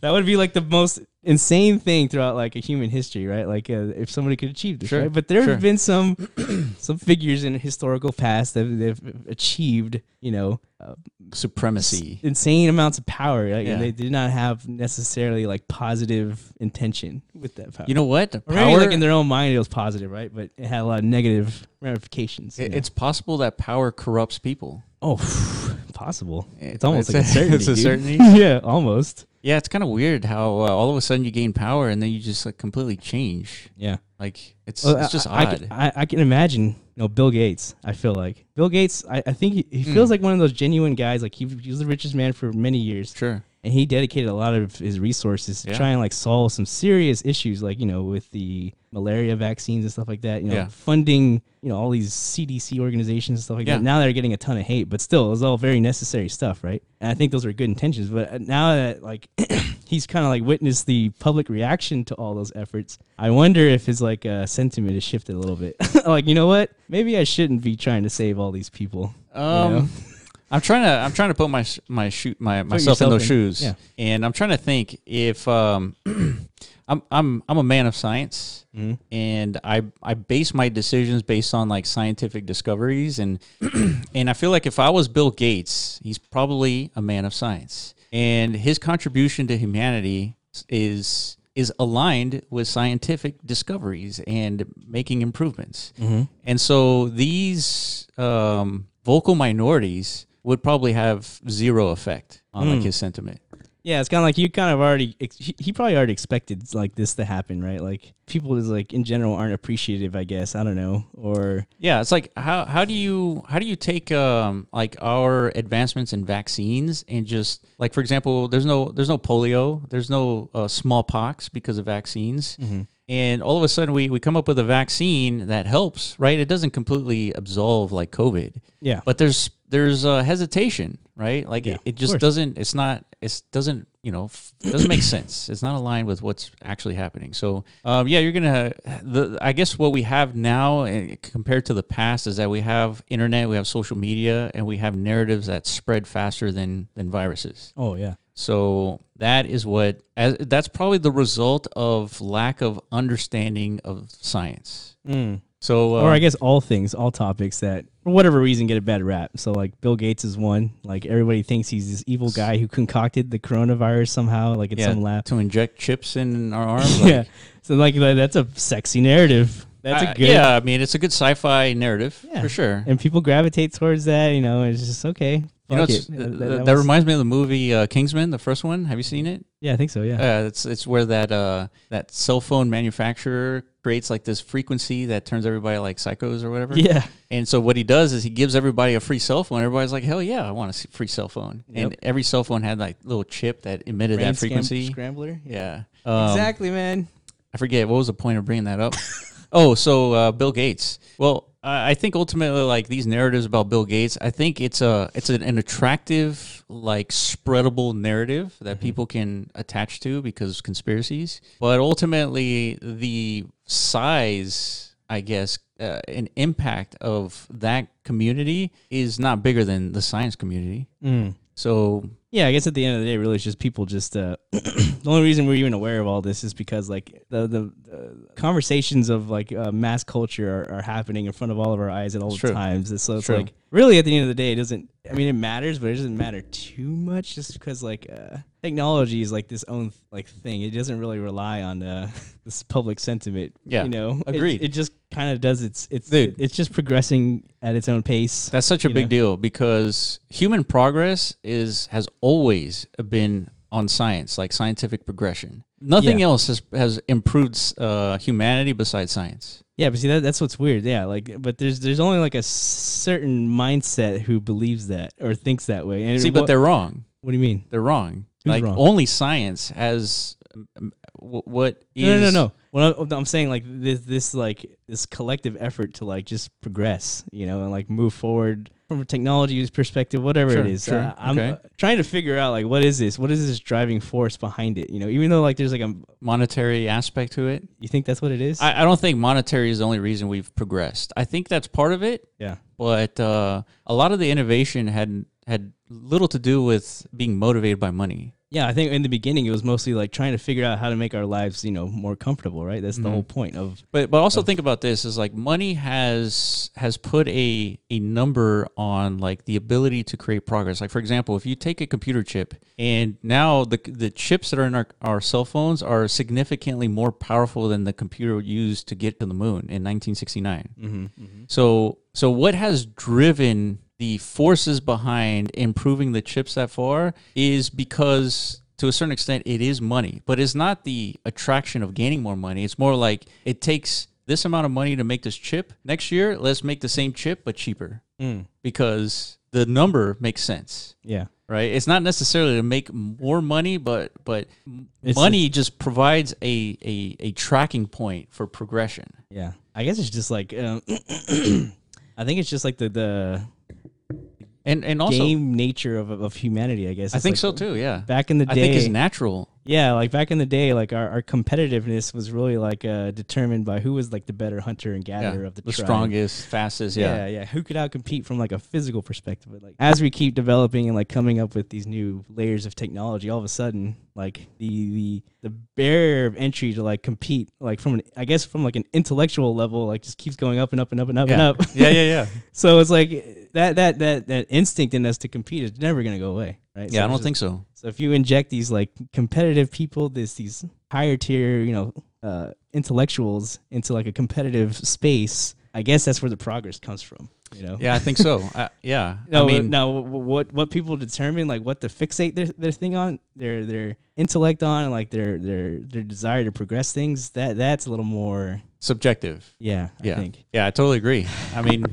[SPEAKER 2] That would be like the most insane thing throughout like a human history, right? Like uh, if somebody could achieve this,
[SPEAKER 1] Sure,
[SPEAKER 2] right? But there have
[SPEAKER 1] sure.
[SPEAKER 2] been some some figures in historical past that they've achieved, you know, uh,
[SPEAKER 1] Supremacy.
[SPEAKER 2] insane amounts of power, right?
[SPEAKER 1] Yeah.
[SPEAKER 2] And they did not have necessarily like positive intention with that power.
[SPEAKER 1] You know what? The
[SPEAKER 2] or maybe
[SPEAKER 1] power.
[SPEAKER 2] like in their own mind it was positive, right? But it had a lot of negative ramifications. you
[SPEAKER 1] it-
[SPEAKER 2] know?
[SPEAKER 1] it's possible that power corrupts people.
[SPEAKER 2] oh, possible. It's almost
[SPEAKER 1] It's
[SPEAKER 2] like a,
[SPEAKER 1] a-
[SPEAKER 2] certainty.
[SPEAKER 1] it's a
[SPEAKER 2] dude.
[SPEAKER 1] certainty.
[SPEAKER 2] yeah, almost.
[SPEAKER 1] Yeah, it's kind of weird how uh, all of a sudden you gain power and then you just like completely change.
[SPEAKER 2] Yeah.
[SPEAKER 1] Like it's
[SPEAKER 2] Well,
[SPEAKER 1] it's just
[SPEAKER 2] I, I
[SPEAKER 1] odd.
[SPEAKER 2] can- I, I can imagine, you know, Bill Gates. I feel like Bill Gates. I, I think he,
[SPEAKER 1] Hmm.
[SPEAKER 2] he feels like one of those genuine guys. Like he, he was the richest man for many years,
[SPEAKER 1] sure.
[SPEAKER 2] and he dedicated a lot of his resources to
[SPEAKER 1] Yeah.
[SPEAKER 2] try and like solve some serious issues, like you know, with the malaria vaccines and stuff like that. You know,
[SPEAKER 1] Yeah.
[SPEAKER 2] funding you know all these CDC organizations and stuff like
[SPEAKER 1] Yeah.
[SPEAKER 2] that. Now they're getting a ton of hate, but still, it was all very necessary stuff, right? And I think those are good intentions. But uh, now that like he's kind of like witnessed the public reaction to all those efforts. I wonder if his like uh, sentiment has shifted a little bit. like, you know what? Maybe I shouldn't be trying to save all these people.
[SPEAKER 1] Um,
[SPEAKER 2] know?
[SPEAKER 1] I'm trying to I'm trying to put my sh- my shoe my myself in
[SPEAKER 2] yourself
[SPEAKER 1] those
[SPEAKER 2] in-
[SPEAKER 1] shoes,
[SPEAKER 2] yeah.
[SPEAKER 1] and I'm trying to think if um, I'm I'm I'm a man of science,
[SPEAKER 2] Mm-hmm.
[SPEAKER 1] and I I base my decisions based on like scientific discoveries, and and I feel like if I was Bill Gates, he's probably a man of science, and his contribution to humanity is is aligned with scientific discoveries and making improvements. And so these um, vocal minorities would probably have zero effect on like his sentiment.
[SPEAKER 2] Yeah, it's kind of like you kind of already, ex- he he probably already expected like this to happen, right? Like people is like in general aren't appreciative, I guess. I don't know. Or
[SPEAKER 1] Yeah, it's like how how do you how do you take um like our advancements in vaccines and just like for example, there's no there's no polio, there's no uh, smallpox because of vaccines. And all of a sudden, we, we come up with a vaccine that helps, right? It doesn't completely absolve like COVID,
[SPEAKER 2] Yeah.
[SPEAKER 1] But there's there's uh, hesitation, right? Like it, it just
[SPEAKER 2] course.
[SPEAKER 1] doesn't. It's not. It doesn't. You know, f- doesn't make sense. It's not aligned with what's actually happening. So, um, yeah, you're gonna. The I guess what we have now eh, compared to the past is that we have internet, we have social media, and we have narratives that spread faster than than viruses.
[SPEAKER 2] oh yeah,
[SPEAKER 1] So that is what as, that's probably the result of lack of understanding of science. So uh,
[SPEAKER 2] mm. or I guess all things, all topics that for whatever reason get a bad rap. So like Bill Gates is one. Like everybody thinks he's this evil guy who concocted the coronavirus somehow, like in
[SPEAKER 1] yeah,
[SPEAKER 2] some lab.
[SPEAKER 1] to inject chips in our arms. like,
[SPEAKER 2] yeah. So like like, that's a sexy narrative. That's
[SPEAKER 1] I-
[SPEAKER 2] a good
[SPEAKER 1] yeah. I mean, it's a good sci-fi narrative
[SPEAKER 2] Yeah.
[SPEAKER 1] for sure.
[SPEAKER 2] And people gravitate towards that, you know. It's just okay.
[SPEAKER 1] You know,
[SPEAKER 2] fuck
[SPEAKER 1] it's, uh,
[SPEAKER 2] it.
[SPEAKER 1] th-
[SPEAKER 2] That-
[SPEAKER 1] th-
[SPEAKER 2] that-
[SPEAKER 1] that,
[SPEAKER 2] that was-
[SPEAKER 1] reminds me of the movie uh, Kingsman, the first one. Have you seen it?
[SPEAKER 2] yeah, I think so. Yeah.
[SPEAKER 1] Uh, it's it's where that uh, that cell phone manufacturer creates like this frequency that turns everybody like psychos or whatever.
[SPEAKER 2] yeah.
[SPEAKER 1] And so what he does is he gives everybody a free cell phone. Everybody's like, hell yeah, I want a free cell phone. And
[SPEAKER 2] Yep.
[SPEAKER 1] every cell phone had like little chip that emitted
[SPEAKER 2] Brain
[SPEAKER 1] that frequency.
[SPEAKER 2] scam- scrambler.
[SPEAKER 1] yeah. Um,
[SPEAKER 2] exactly, man.
[SPEAKER 1] I forget what was the point of bringing that up. oh, so uh, Bill Gates. Well, I I think ultimately, like these narratives about Bill Gates, I think it's a it's an, an attractive, like spreadable narrative that people can attach to because conspiracies. But ultimately, the size, I guess, uh, an impact of that community is not bigger than the science community. So
[SPEAKER 2] Yeah, I guess at the end of the day, really, it's just people just. Uh, the only reason we're even aware of all this is because like the the, the conversations of like uh, mass culture are, are happening in front of all of our eyes at all
[SPEAKER 1] true.
[SPEAKER 2] times. And so it's
[SPEAKER 1] True.
[SPEAKER 2] like really at the end of the day, it doesn't. I mean, it matters, but it doesn't matter too much just because like uh, technology is like this own like thing. It doesn't really rely on uh, this public sentiment.
[SPEAKER 1] Yeah.
[SPEAKER 2] you know, It-
[SPEAKER 1] Agreed.
[SPEAKER 2] It, just kind of does its it's
[SPEAKER 1] Dude.
[SPEAKER 2] it's just progressing at its own pace.
[SPEAKER 1] That's such a big deal because human progress is has always been on science, like scientific progression. Nothing
[SPEAKER 2] Yeah.
[SPEAKER 1] else has, has improved uh, humanity besides science.
[SPEAKER 2] Yeah, but see that that's what's weird. Yeah, like but there's there's only like a certain mindset who believes that or thinks that way. And
[SPEAKER 1] See,
[SPEAKER 2] what,
[SPEAKER 1] but they're wrong.
[SPEAKER 2] what do you mean?
[SPEAKER 1] They're wrong. like
[SPEAKER 2] wrong?
[SPEAKER 1] only science has um, w- what is
[SPEAKER 2] No, no, no, no. Well, I'm saying like this this like this collective effort to like just progress, you know, and like move forward from a technology's perspective, whatever
[SPEAKER 1] Sure,
[SPEAKER 2] it is.
[SPEAKER 1] sure,
[SPEAKER 2] Uh, I'm
[SPEAKER 1] okay.
[SPEAKER 2] trying to figure out like what is this? What is this driving force behind it? You know, even though like there's like a
[SPEAKER 1] monetary aspect to it.
[SPEAKER 2] you think that's what it is?
[SPEAKER 1] I, I don't think monetary is the only reason we've progressed. I think that's part of it,
[SPEAKER 2] yeah.
[SPEAKER 1] but uh, a lot of the innovation had had little to do with being motivated by money.
[SPEAKER 2] Yeah, I think in the beginning it was mostly like trying to figure out how to make our lives, you know, more comfortable, right?
[SPEAKER 1] Mm-hmm.
[SPEAKER 2] That's the whole point of
[SPEAKER 1] But but also think about this is like money has has put a a number on like the ability to create progress. Like for example, if you take a computer chip and now the the chips that are in our, our cell phones are significantly more powerful than the computer used to get to the moon in 1969. So so what has driven the forces behind improving the chips that far is because to a certain extent it is money, but it's not the attraction of gaining more money. It's more like it takes this amount of money to make this chip. Next year, let's make the same chip but cheaper because the number makes sense.
[SPEAKER 2] yeah.
[SPEAKER 1] Right, it's not necessarily to make more money, but but
[SPEAKER 2] It's
[SPEAKER 1] money just provides a, a a tracking point for progression.
[SPEAKER 2] Yeah, I guess it's just like um, I think it's just like the the
[SPEAKER 1] And and also,
[SPEAKER 2] game nature of of humanity. I guess
[SPEAKER 1] I think so too. Yeah,
[SPEAKER 2] Back in the
[SPEAKER 1] I think
[SPEAKER 2] day,
[SPEAKER 1] it's natural.
[SPEAKER 2] yeah, like back in the day, like our, our competitiveness was really like uh, determined by who was like the better hunter and gatherer of the,
[SPEAKER 1] the
[SPEAKER 2] tribe.
[SPEAKER 1] strongest, fastest. Yeah.
[SPEAKER 2] yeah, yeah. Who could outcompete from like a physical perspective? But like as we keep developing and like coming up with these new layers of technology, all of a sudden, like the the the barrier of entry to like compete, like from an I guess from like an intellectual level, like just keeps going up and up and up and up and up.
[SPEAKER 1] yeah, yeah, yeah.
[SPEAKER 2] so it's like that that that that instinct in us to compete is never gonna go away, right?
[SPEAKER 1] I don't think so.
[SPEAKER 2] so. If you inject these like competitive people, this these higher tier, you know, uh, intellectuals into like a competitive space, I guess that's where the progress comes from. You know.
[SPEAKER 1] Yeah, I think so. I, yeah,
[SPEAKER 2] No,
[SPEAKER 1] I mean,
[SPEAKER 2] now wh- wh- what what people determine like what to fixate their, their thing on their their intellect on and like their their their desire to progress things that that's a little more
[SPEAKER 1] subjective.
[SPEAKER 2] yeah, I
[SPEAKER 1] Yeah,
[SPEAKER 2] think
[SPEAKER 1] yeah, I totally agree. I mean,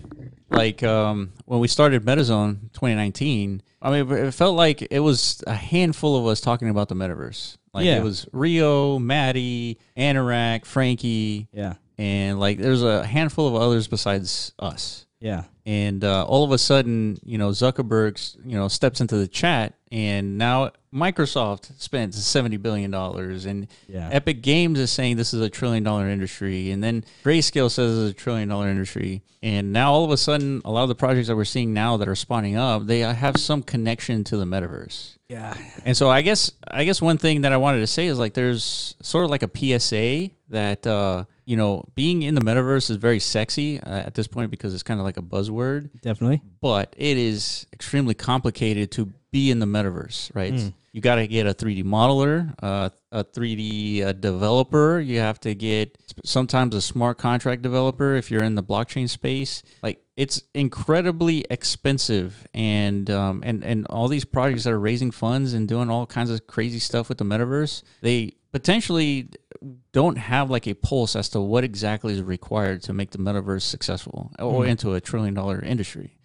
[SPEAKER 1] like um, when we started MetaZone 2019, I mean, it felt like it was a handful of us talking about the metaverse. Like
[SPEAKER 2] Yeah.
[SPEAKER 1] it was Rio, Maddie, Anorak, Frankie,
[SPEAKER 2] yeah
[SPEAKER 1] and like there's a handful of others besides us.
[SPEAKER 2] yeah
[SPEAKER 1] and uh, all of a sudden, you know, Zuckerberg's, you know, steps into the chat, and now Microsoft spends seventy billion dollars, and
[SPEAKER 2] Yeah.
[SPEAKER 1] Epic Games is saying this is a trillion dollar industry, and then Grayscale says it's a trillion dollar industry, and now all of a sudden, a lot of the projects that we're seeing now that are spawning up, they uh, have some connection to the metaverse.
[SPEAKER 2] yeah
[SPEAKER 1] And so I guess I guess one thing that I wanted to say is like there's sort of like a PSA that uh, you know being in the metaverse is very sexy uh, at this point because it's kind of like a buzzword,
[SPEAKER 2] definitely
[SPEAKER 1] but it is extremely complicated to be in the metaverse, right? You got to get a 3D modeler, uh, a 3D uh, developer. You have to get sometimes a smart contract developer if you're in the blockchain space. Like it's incredibly expensive, and um, and and all these projects that are raising funds and doing all kinds of crazy stuff with the metaverse, they potentially don't have like a pulse as to what exactly is required to make the metaverse successful or into a trillion dollar industry.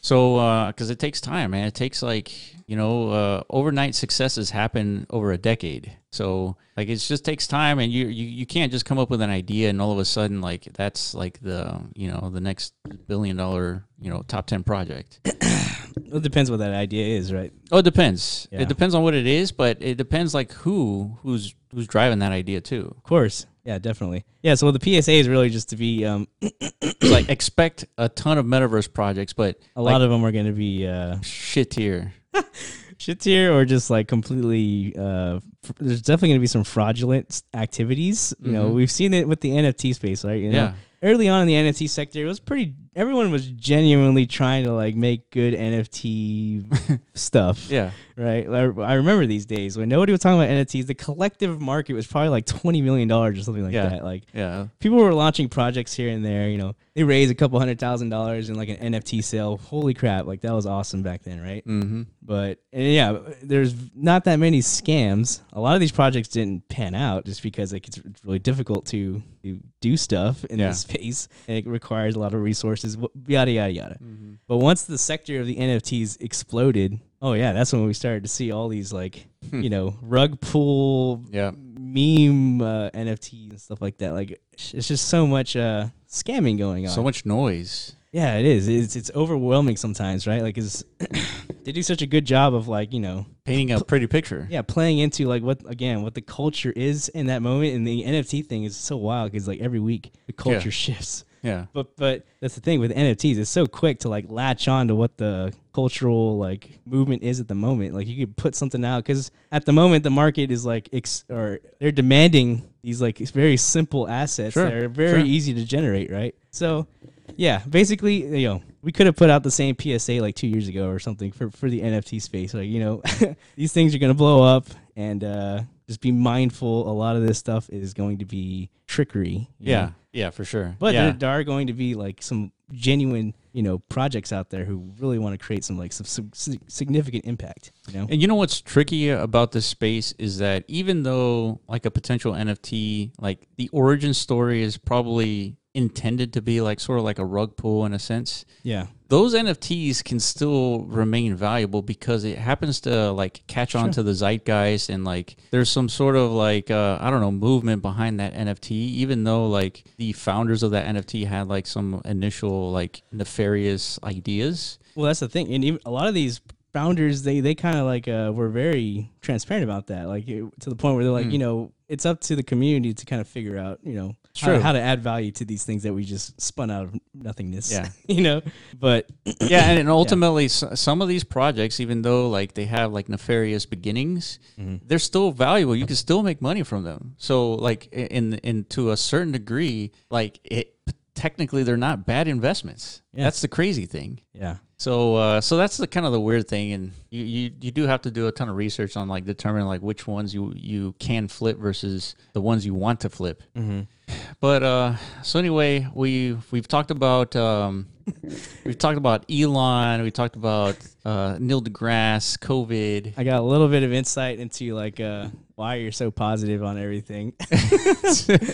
[SPEAKER 1] So, because it takes time, man. It takes like you know, uh, overnight successes happen over a decade. So, like, it just takes time, and you, you you can't just come up with an idea and all of a sudden like that's like the you know the next billion dollar you know top ten project.
[SPEAKER 2] it depends what that idea is right
[SPEAKER 1] Oh, it depends.
[SPEAKER 2] Yeah.
[SPEAKER 1] It depends on what it is, but it depends like who who's who's driving that idea too.
[SPEAKER 2] Of course. Yeah, definitely. Yeah, so the PSA is really just to be um,
[SPEAKER 1] It's like expect a ton of metaverse projects, but
[SPEAKER 2] a lot of them are going to be uh,
[SPEAKER 1] shit tier.
[SPEAKER 2] shit tier or just like completely. Uh, fr- there's definitely going to be some fraudulent s- activities. You know, we've seen it with the NFT space, right? You know?
[SPEAKER 1] Mm-hmm. Yeah.
[SPEAKER 2] Early on in the NFT sector, it was pretty. Everyone was genuinely trying to like make good NFT stuff.
[SPEAKER 1] Yeah.
[SPEAKER 2] Right. Like, I remember these days when nobody was talking about NFTs. The collective market was probably like twenty million dollars or something like
[SPEAKER 1] Yeah.
[SPEAKER 2] that. Like
[SPEAKER 1] Yeah.
[SPEAKER 2] people were launching projects here and there. You know, they raised a couple hundred thousand dollars in like an NFT sale. Holy crap! Like that was awesome back then, right?
[SPEAKER 1] Mm-hmm.
[SPEAKER 2] But and yeah, there's not that many scams. A lot of these projects didn't pan out just because like it's it's really difficult to, to do stuff in
[SPEAKER 1] Yeah.
[SPEAKER 2] this space, and it requires a lot of resources. wh- Yada yada yada.
[SPEAKER 1] Mm-hmm.
[SPEAKER 2] But once the sector of the NFTs exploded, oh yeah, that's when we started to see all these like
[SPEAKER 1] Hmm.
[SPEAKER 2] you know rug pull
[SPEAKER 1] Yeah.
[SPEAKER 2] meme uh, NFTs and stuff like that. Like it's just so much uh, scamming going on.
[SPEAKER 1] So much noise.
[SPEAKER 2] yeah, it is. It's it's overwhelming sometimes, right? Like is they do such a good job of like you know
[SPEAKER 1] Painting a pretty picture.
[SPEAKER 2] yeah playing into like what again what the culture is in that moment and the NFT thing is so wild because like every week the culture shifts.
[SPEAKER 1] Yeah.
[SPEAKER 2] But but that's the thing with NFTs. It's so quick to like latch on to what the cultural like movement is at the moment. Like you could put something out because at the moment the market is like ex- or they're demanding these like very simple assets
[SPEAKER 1] Sure,
[SPEAKER 2] that are very
[SPEAKER 1] sure.
[SPEAKER 2] easy to generate, right? So yeah, basically you know we could have put out the same PSA like two years ago or something for for the NFT space. Like you know these things are gonna blow up and. uh just be mindful. A lot of this stuff is going to be trickery. you know?
[SPEAKER 1] Yeah. Yeah, for sure.
[SPEAKER 2] But
[SPEAKER 1] yeah.
[SPEAKER 2] there, there are going to be like some genuine, you know, projects out there who really want to create some like some, some sig- significant impact. You know,
[SPEAKER 1] And you know what's tricky about this space is that even though like a potential NFT, like the origin story is probably intended to be like sort of like a rug pull in a sense.
[SPEAKER 2] yeah,
[SPEAKER 1] Those NFTs can still remain valuable because it happens to like catch on to the zeitgeist and like there's some sort of like uh, I don't know movement behind that NFT even though like the founders of that NFT had like some initial like nefarious ideas.
[SPEAKER 2] well, that's the thing, and even a lot of these founders, they they kind of like uh, were very transparent about that, like it- to the point where they're
[SPEAKER 1] Hmm.
[SPEAKER 2] like, you know, it's up to the community to kind of figure out, you know, how,
[SPEAKER 1] true.
[SPEAKER 2] how to add value to these things that we just spun out of nothingness.
[SPEAKER 1] Yeah.
[SPEAKER 2] you know, but
[SPEAKER 1] yeah and, and ultimately s some of these projects even though like they have like nefarious beginnings they're still valuable you can still make money from them so like i- in in to a certain degree like it technically they're not bad investments
[SPEAKER 2] Yeah.
[SPEAKER 1] that's the crazy thing
[SPEAKER 2] yeah,
[SPEAKER 1] so uh, so that's the kind of the weird thing and you, you you do have to do a ton of research on like determining like which ones you you can flip versus the ones you want to flip but uh, so anyway, we we've talked about um, we've talked about Elon, we talked about uh, Neil deGrasse, COVID.
[SPEAKER 2] I got a little bit of insight into like uh, why you're so positive on everything, like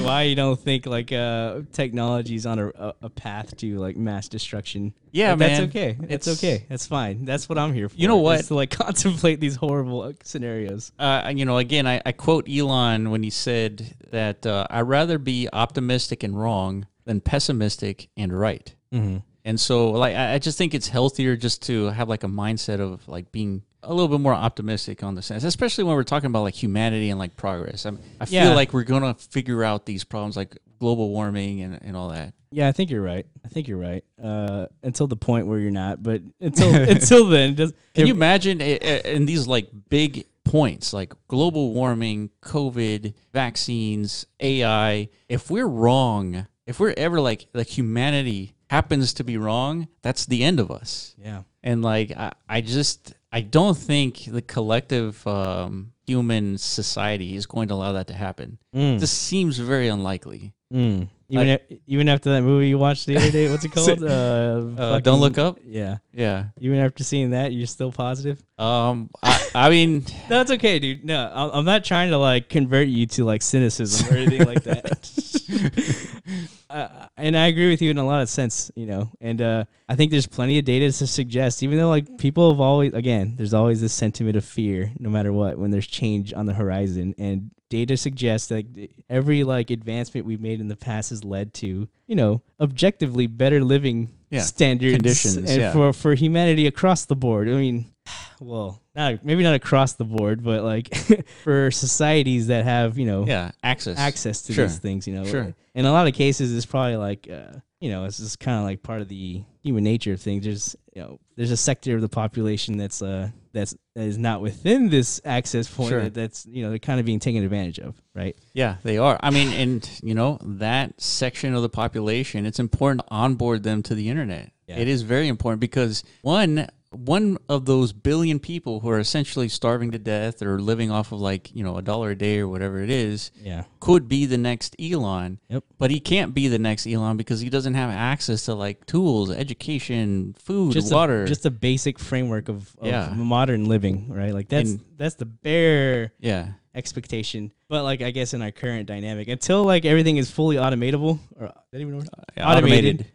[SPEAKER 2] why you don't think like uh, technology's on a, a, a path to like mass destruction.
[SPEAKER 1] Yeah,
[SPEAKER 2] But
[SPEAKER 1] man.
[SPEAKER 2] That's okay. It's,
[SPEAKER 1] It's-
[SPEAKER 2] okay. That's fine. That's what I'm here for.
[SPEAKER 1] You know what?
[SPEAKER 2] is to like contemplate these horrible uh, scenarios.
[SPEAKER 1] Uh, and, you know, again, I, I quote Elon when he said that uh, I'd rather be optimistic and wrong than pessimistic and right. Mm-hmm. And so, like, I, I just think it's healthier just to have like a mindset of like being a little bit more optimistic on the sense, especially when we're talking about like humanity and like progress. I'm, I feel
[SPEAKER 2] Yeah.
[SPEAKER 1] like we're gonna figure out these problems like global warming and, and all that.
[SPEAKER 2] Yeah, I think you're right. I think you're right. Uh, until the point where you're not, but until until then, does
[SPEAKER 1] Can you imagine i- i- in these like big points like global warming, COVID, vaccines, AI, if we're wrong, if we're ever like like humanity happens to be wrong, that's the end of us.
[SPEAKER 2] yeah.
[SPEAKER 1] And like I, I just I don't think the collective um, human society is going to allow that to happen. This seems very unlikely.
[SPEAKER 2] Mm. Even a- even after that movie you watched the other day, what's it called? Uh,
[SPEAKER 1] Uh,
[SPEAKER 2] fucking-
[SPEAKER 1] don't look up.
[SPEAKER 2] Yeah.
[SPEAKER 1] Yeah.
[SPEAKER 2] Even after seeing that, you're still positive.
[SPEAKER 1] Um. I, I mean.
[SPEAKER 2] No, it's okay, dude. No, I- I'm not trying to like convert you to like cynicism or anything like that. uh, and I agree with you in a lot of sense, you know. And uh, I think there's plenty of data to suggest, even though like people have always, again, there's always this sentiment of fear, no matter what, when there's change on the horizon. And data suggests that every like advancement we've made in the past has led to, you know, objectively better living
[SPEAKER 1] Yeah.
[SPEAKER 2] standards
[SPEAKER 1] Conditions,
[SPEAKER 2] and
[SPEAKER 1] yeah.
[SPEAKER 2] for for humanity across the board. I mean, well, not maybe not across the board, but like for societies that have you know
[SPEAKER 1] Yeah. Access.
[SPEAKER 2] access to
[SPEAKER 1] Sure.
[SPEAKER 2] these things, you know.
[SPEAKER 1] Sure.
[SPEAKER 2] In a lot of cases, it's probably like uh, you know, it's just kind of like part of the human nature of things. There's you know, there's a sector of the population that's uh that's that is not within this access point
[SPEAKER 1] Sure.
[SPEAKER 2] that, that's you know they're kind of being taken advantage of, right?
[SPEAKER 1] Yeah, they are. I mean, and you know that section of the population, it's important to onboard them to the internet.
[SPEAKER 2] Yeah.
[SPEAKER 1] It is very important because one one of those billion people who are essentially starving to death or living off of like you know a dollar a day or whatever it is
[SPEAKER 2] Yeah.
[SPEAKER 1] could be the next Elon.
[SPEAKER 2] Yep.
[SPEAKER 1] But he can't be the next Elon because he doesn't have access to like tools, education, food,
[SPEAKER 2] Just
[SPEAKER 1] water.
[SPEAKER 2] a, just a basic framework of, of
[SPEAKER 1] Yeah.
[SPEAKER 2] modern living, right? Like that's
[SPEAKER 1] And-
[SPEAKER 2] that's the bare
[SPEAKER 1] yeah.
[SPEAKER 2] expectation. But like I guess in our current dynamic, until like everything is fully automatable or is that even a word?
[SPEAKER 1] Uh,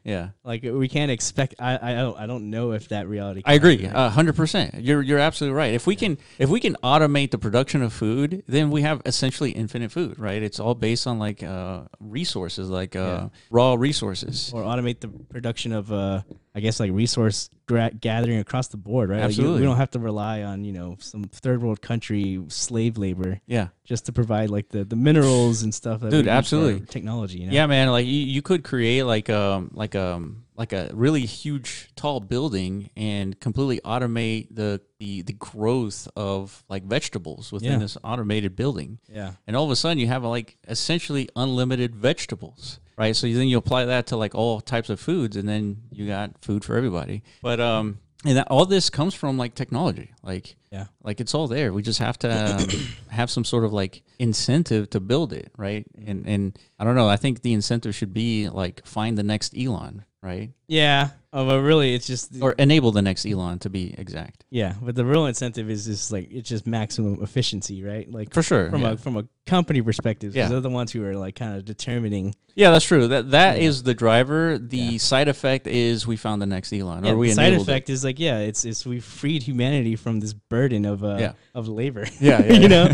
[SPEAKER 1] Yeah.
[SPEAKER 2] Like we can't expect. I I don't I don't know if that reality.
[SPEAKER 1] I agree, Uh, a hundred percent. You're you're absolutely right. If we can if we can automate the production of food, then we have essentially infinite food, right? It's all based on like uh, resources, like uh, raw resources.
[SPEAKER 2] or automate the production of uh I guess like resource gra- gathering across the board, right? Like, you-
[SPEAKER 1] Absolutely.
[SPEAKER 2] we don't have to rely on you know some third world country slave labor
[SPEAKER 1] Yeah,
[SPEAKER 2] just to provide like the, the minerals and stuff. That we
[SPEAKER 1] Dude,
[SPEAKER 2] need for
[SPEAKER 1] absolutely.
[SPEAKER 2] our technology. You know?
[SPEAKER 1] Yeah, man. Like you, you could create like um like um like a really huge tall building and completely automate the the, the growth of like vegetables within
[SPEAKER 2] Yeah.
[SPEAKER 1] this automated building.
[SPEAKER 2] yeah,
[SPEAKER 1] And all of a sudden you have like essentially unlimited vegetables. Right. So you, then you apply that to like all types of foods and then you got food for everybody. But um and that, all this comes from like technology. Like
[SPEAKER 2] yeah.
[SPEAKER 1] like it's all there. We just have to um, have some sort of like incentive to build it, right? And and I don't know. I think the incentive should be like find the next Elon, right?
[SPEAKER 2] Yeah. Oh, but really, it's just
[SPEAKER 1] Or enable the next Elon to be exact.
[SPEAKER 2] yeah. But the real incentive is just like it's just maximum efficiency, right? Like
[SPEAKER 1] For sure.
[SPEAKER 2] from
[SPEAKER 1] yeah.
[SPEAKER 2] a from a company perspective, 'cause
[SPEAKER 1] Yeah.
[SPEAKER 2] they're the ones who are like kind of determining.
[SPEAKER 1] Yeah, that's true. That that is the driver. The side effect is we found the next Elon,
[SPEAKER 2] Yeah,
[SPEAKER 1] or we
[SPEAKER 2] the side
[SPEAKER 1] enabled it.
[SPEAKER 2] effect is like yeah, it's it's we freed humanity from this burden of uh
[SPEAKER 1] Yeah.
[SPEAKER 2] of labor.
[SPEAKER 1] Yeah, yeah, yeah.
[SPEAKER 2] you know,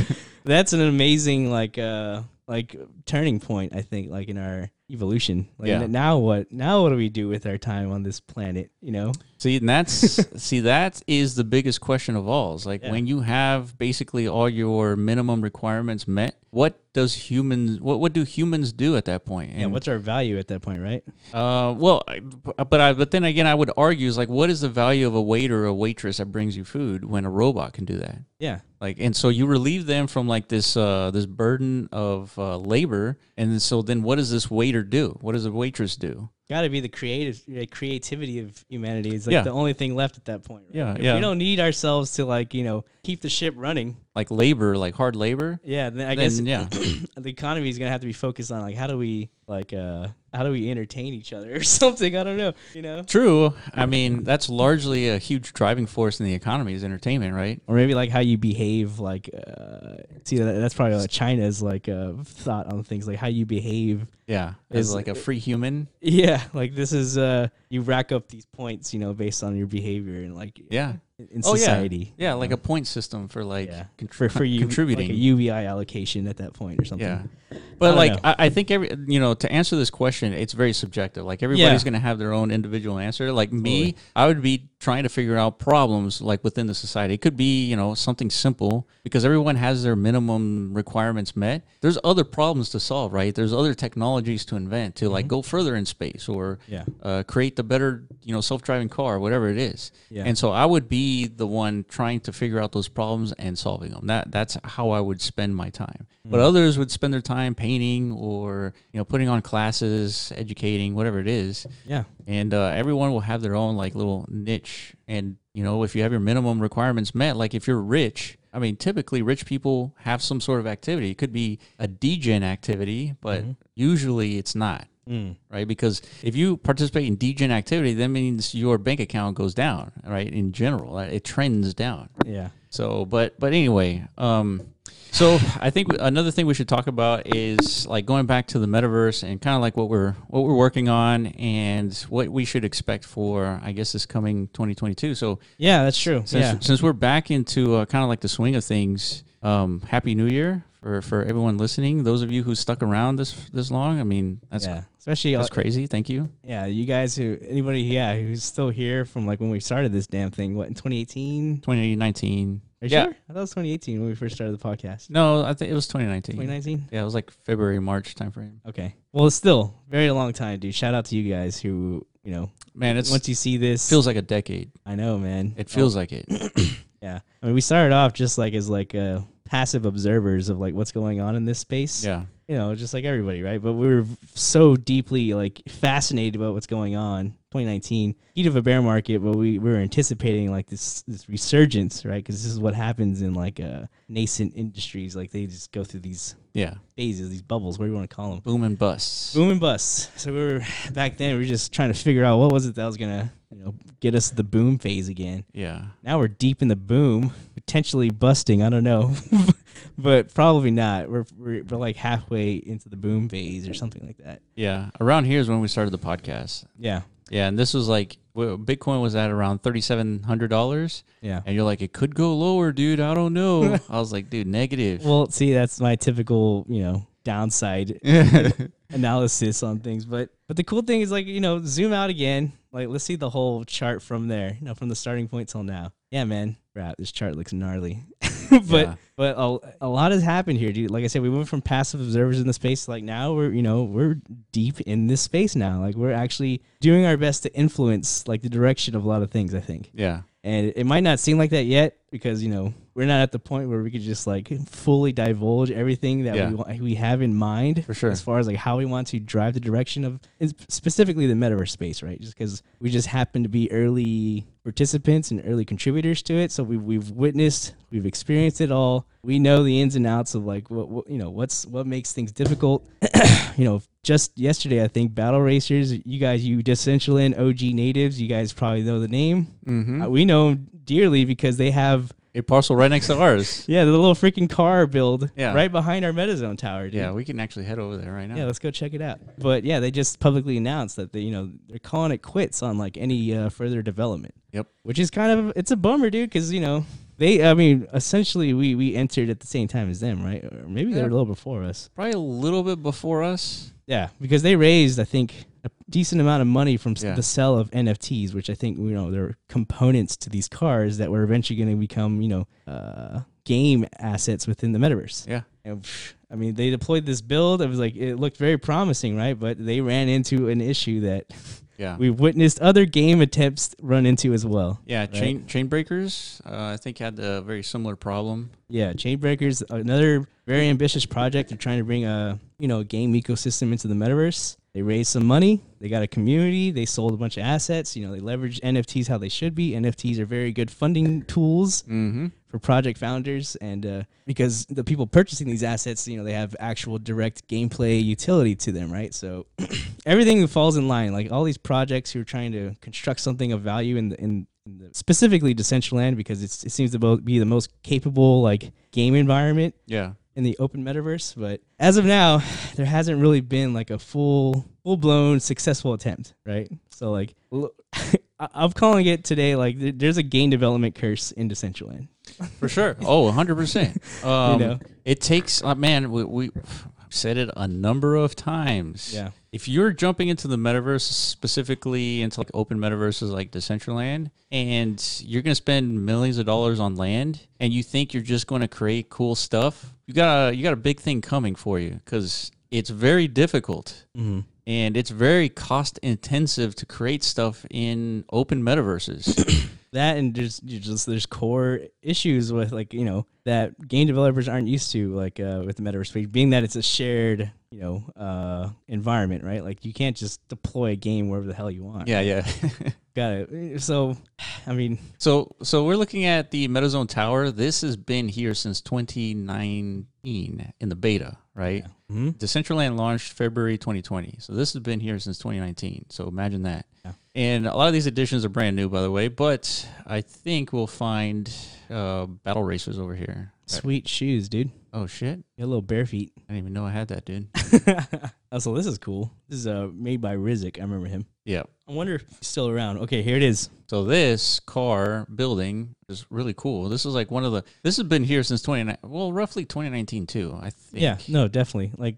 [SPEAKER 2] that's an amazing like uh like turning point. I think like in our evolution. Like
[SPEAKER 1] Yeah.
[SPEAKER 2] n- now what now what do we do with our time on this planet? You know.
[SPEAKER 1] See, and that's see that is the biggest question of all. Is like
[SPEAKER 2] Yeah.
[SPEAKER 1] when you have basically all your minimum requirements met, what does humans what what do humans do at that point?
[SPEAKER 2] Yeah.
[SPEAKER 1] And
[SPEAKER 2] What's our value at that point, right?
[SPEAKER 1] Uh, well, I- but I, but then again, I would argue is like, what is the value of a waiter or a waitress that brings you food when a robot can do that?
[SPEAKER 2] Yeah.
[SPEAKER 1] Like, and so you relieve them from like this uh, this burden of uh, labor, and then- so then what does this waiter do? What does a waitress do?
[SPEAKER 2] Got to be the creative uh, creativity of humanity is like
[SPEAKER 1] Yeah.
[SPEAKER 2] the only thing left at that point. Right?
[SPEAKER 1] Yeah,
[SPEAKER 2] If
[SPEAKER 1] yeah.
[SPEAKER 2] We don't need ourselves to like you know keep the ship running.
[SPEAKER 1] Like labor, like hard labor.
[SPEAKER 2] Yeah. Then I guess
[SPEAKER 1] Then yeah,
[SPEAKER 2] the economy is gonna have to be focused on like how do we like uh how do we entertain each other or something i don't know you know
[SPEAKER 1] true. I mean, that's largely a huge driving force in the economy is entertainment, right?
[SPEAKER 2] or maybe like how you behave like uh see that, that's probably like china's like uh thought on things like how you behave
[SPEAKER 1] Yeah, as
[SPEAKER 2] Is-
[SPEAKER 1] like a free human.
[SPEAKER 2] yeah like this is uh you rack up these points you know based on your behavior and like
[SPEAKER 1] Yeah.
[SPEAKER 2] in- in
[SPEAKER 1] Oh, yeah.
[SPEAKER 2] society
[SPEAKER 1] Yeah, like a point system for like
[SPEAKER 2] Yeah.
[SPEAKER 1] contr-
[SPEAKER 2] for, for you
[SPEAKER 1] contributing.
[SPEAKER 2] like a uvi allocation at that point or something
[SPEAKER 1] Yeah.
[SPEAKER 2] I
[SPEAKER 1] But
[SPEAKER 2] don't
[SPEAKER 1] like
[SPEAKER 2] know.
[SPEAKER 1] I, I think every you know to answer this question, it's very subjective. Like everybody's
[SPEAKER 2] Yeah.
[SPEAKER 1] going to have their own individual answer. Like me, I would be trying to figure out problems like within the society. It could be you know something simple because everyone has their minimum requirements met. There's other problems to solve, right? There's other technologies to invent to like go further in space or
[SPEAKER 2] Mm-hmm. Yeah.
[SPEAKER 1] uh, create the better you know self-driving car, whatever it is.
[SPEAKER 2] Yeah.
[SPEAKER 1] And so I would be the one trying to figure out those problems and solving them. That that's how I would spend my time. But others would spend their time painting or you know putting on classes, educating, whatever it is.
[SPEAKER 2] yeah
[SPEAKER 1] And uh, everyone will have their own like little niche. And you know if you have your minimum requirements met, like if you're rich. I mean, typically rich people have some sort of activity. It could be a degen activity, but usually it's not right? Because if you participate in degen activity, that means your bank account goes down, right? In general, uh, it trends down.
[SPEAKER 2] yeah
[SPEAKER 1] So, but but anyway, um, so I think another thing we should talk about is like going back to the metaverse and kind of like what we're what we're working on and what we should expect for I guess this coming 2022. So
[SPEAKER 2] yeah that's true
[SPEAKER 1] since,
[SPEAKER 2] yeah
[SPEAKER 1] since we're back into uh, kind of like the swing of things, um, happy New Year for for everyone listening. Those of you who stuck around this this long, I mean that's
[SPEAKER 2] yeah especially
[SPEAKER 1] that's crazy. Thank you.
[SPEAKER 2] Yeah, you guys who anybody yeah who's still here from like when we started this damn thing, what in 2018?
[SPEAKER 1] 2019.
[SPEAKER 2] Are you
[SPEAKER 1] yeah.
[SPEAKER 2] sure? I thought it was 2018 when we first started the podcast.
[SPEAKER 1] No, I think it was 2019.
[SPEAKER 2] 2019.
[SPEAKER 1] Yeah, it was like February, March timeframe.
[SPEAKER 2] Okay. Well, it's still very long time, dude. Shout out to you guys who you know.
[SPEAKER 1] Man, it's,
[SPEAKER 2] once you see this,
[SPEAKER 1] feels like a decade.
[SPEAKER 2] I know, man.
[SPEAKER 1] It feels like it.
[SPEAKER 2] yeah. I mean, we started off just like as like uh, passive observers of like what's going on in this space.
[SPEAKER 1] Yeah.
[SPEAKER 2] You know, just like everybody, right? But we were so deeply like fascinated about what's going on. 2019, heat of a bear market, but we, we were anticipating like this this resurgence, right? Because this is what happens in like uh, nascent industries. Like they just go through these
[SPEAKER 1] Yeah.
[SPEAKER 2] phases, these bubbles, whatever you want to call them,
[SPEAKER 1] Boom and busts.
[SPEAKER 2] boom and bust. So we were back then. We were just trying to figure out what was it that was gonna you know get us the boom phase again
[SPEAKER 1] Yeah.
[SPEAKER 2] now we're deep in the boom, potentially busting. I don't know, but probably not. We're, we're we're like halfway into the boom phase or something like that.
[SPEAKER 1] Yeah. Around here is when we started the podcast.
[SPEAKER 2] Yeah,
[SPEAKER 1] Yeah. And this was like, well, Bitcoin was at around $3,700.
[SPEAKER 2] yeah.
[SPEAKER 1] And you're like, it could go lower, dude. I don't know. I was like, dude, negative.
[SPEAKER 2] Well, see, that's my typical, you know, downside analysis on things. But but the cool thing is like, you know, zoom out again. Like, let's see the whole chart from there, you know, from the starting point till now. Yeah, man. Rap, this chart looks gnarly. but
[SPEAKER 1] Yeah.
[SPEAKER 2] but a, a lot has happened here, dude. Like I said, we went from passive observers in the space to like now we're you know we're deep in this space now. Like we're actually doing our best to influence like the direction of a lot of things. I think,
[SPEAKER 1] Yeah.
[SPEAKER 2] and it might not seem like that yet because you know we're not at the point where we could just like fully divulge everything that
[SPEAKER 1] Yeah.
[SPEAKER 2] we want, we have in mind
[SPEAKER 1] For sure.
[SPEAKER 2] as far as like how we want to drive the direction of and sp- specifically the metaverse space, right? Just because we just happen to be early participants and early contributors to it, so we've we've witnessed, we've experienced it all. We know the ins and outs of like what, what you know, what's what makes things difficult. you know, just yesterday I think battle racers, you guys, you Decentraland OG natives, you guys probably know the name.
[SPEAKER 1] Mm-hmm.
[SPEAKER 2] Uh, We know 'em dearly because they have
[SPEAKER 1] A parcel right next to ours.
[SPEAKER 2] yeah the little freaking car build
[SPEAKER 1] Yeah.
[SPEAKER 2] right behind our MetaZone tower. Dude.
[SPEAKER 1] Yeah, we can actually head over there right now.
[SPEAKER 2] Yeah, let's go check it out. But yeah, they just publicly announced that they, you know, they're calling it quits on like any uh, further development.
[SPEAKER 1] Yep.
[SPEAKER 2] Which is kind of it's a bummer, dude, because you know they. I mean, essentially, we we entered at the same time as them, right? Or maybe they were a
[SPEAKER 1] Yeah.
[SPEAKER 2] little before us.
[SPEAKER 1] Probably a little bit before us.
[SPEAKER 2] Yeah, because they raised, I think, a decent amount of money from s
[SPEAKER 1] Yeah.
[SPEAKER 2] the sale of NFTs, which I think you know they're components to these cars that were eventually going to become, you know, uh, game assets within the metaverse.
[SPEAKER 1] Yeah.
[SPEAKER 2] And, pff, I mean, they deployed this build. It was like it looked very promising, right? But they ran into an issue that
[SPEAKER 1] Yeah.
[SPEAKER 2] we've witnessed other game attempts run into as well.
[SPEAKER 1] yeah, chain chain breakers. Uh, I think had a very similar problem.
[SPEAKER 2] Yeah, Chainbreakers, another very ambitious project. They're trying to bring a you know a game ecosystem into the metaverse. They raised some money. They got a community. They sold a bunch of assets. You know, they leveraged NFTs how they should be. NFTs are very good funding tools
[SPEAKER 1] Mm-hmm.
[SPEAKER 2] for project founders, and uh, because the people purchasing these assets, you know, they have actual direct gameplay utility to them, right? So everything falls in line. Like all these projects who are trying to construct something of value in the in, in the, specifically Decentraland because it's, it seems to bo- be the most capable like game environment
[SPEAKER 1] Yeah.
[SPEAKER 2] in the open metaverse. But as of now, there hasn't really been like a full full blown successful attempt, right? So like. l- I- I'm calling it today. Like, there- there's a game development curse in Decentraland.
[SPEAKER 1] For sure. Oh, 100%. Um,
[SPEAKER 2] know.
[SPEAKER 1] It takes, uh, man, we, we I've said it a number of times.
[SPEAKER 2] Yeah.
[SPEAKER 1] If you're jumping into the metaverse, specifically into like open metaverses like Decentraland, and you're going to spend millions of dollars on land and you think you're just going to create cool stuff, you got a, you got a big thing coming for you because it's very difficult. And it's very cost intensive to create stuff in open metaverses.
[SPEAKER 2] that and there's you just there's core issues with like you know that game developers aren't used to like uh, with the metaverse space, being that it's a shared you know uh, environment right like you can't just deploy a game wherever the hell you want
[SPEAKER 1] yeah, yeah.
[SPEAKER 2] got it so i mean
[SPEAKER 1] So, so we're looking at the MetaZone Tower. This has been here since 2019 in the beta, right?
[SPEAKER 2] Mhm.
[SPEAKER 1] Decentraland launched February 2020. So this has been here since 2019. So imagine that.
[SPEAKER 2] Yeah.
[SPEAKER 1] And a lot of these editions are brand new, by the way. But I think we'll find uh, battle racers over here.
[SPEAKER 2] sweet shoes dude
[SPEAKER 1] Oh shit!
[SPEAKER 2] you got little bare feet
[SPEAKER 1] I didn't even know I had that, dude.
[SPEAKER 2] also this is cool this is uh, made by rizik i remember him
[SPEAKER 1] yeah.
[SPEAKER 2] i wonder if he's still around okay here it is
[SPEAKER 1] So this car building is really cool. This is like one of the. This has been here since 29. Well, roughly 2019 too. I think.
[SPEAKER 2] Yeah, no, definitely. Like,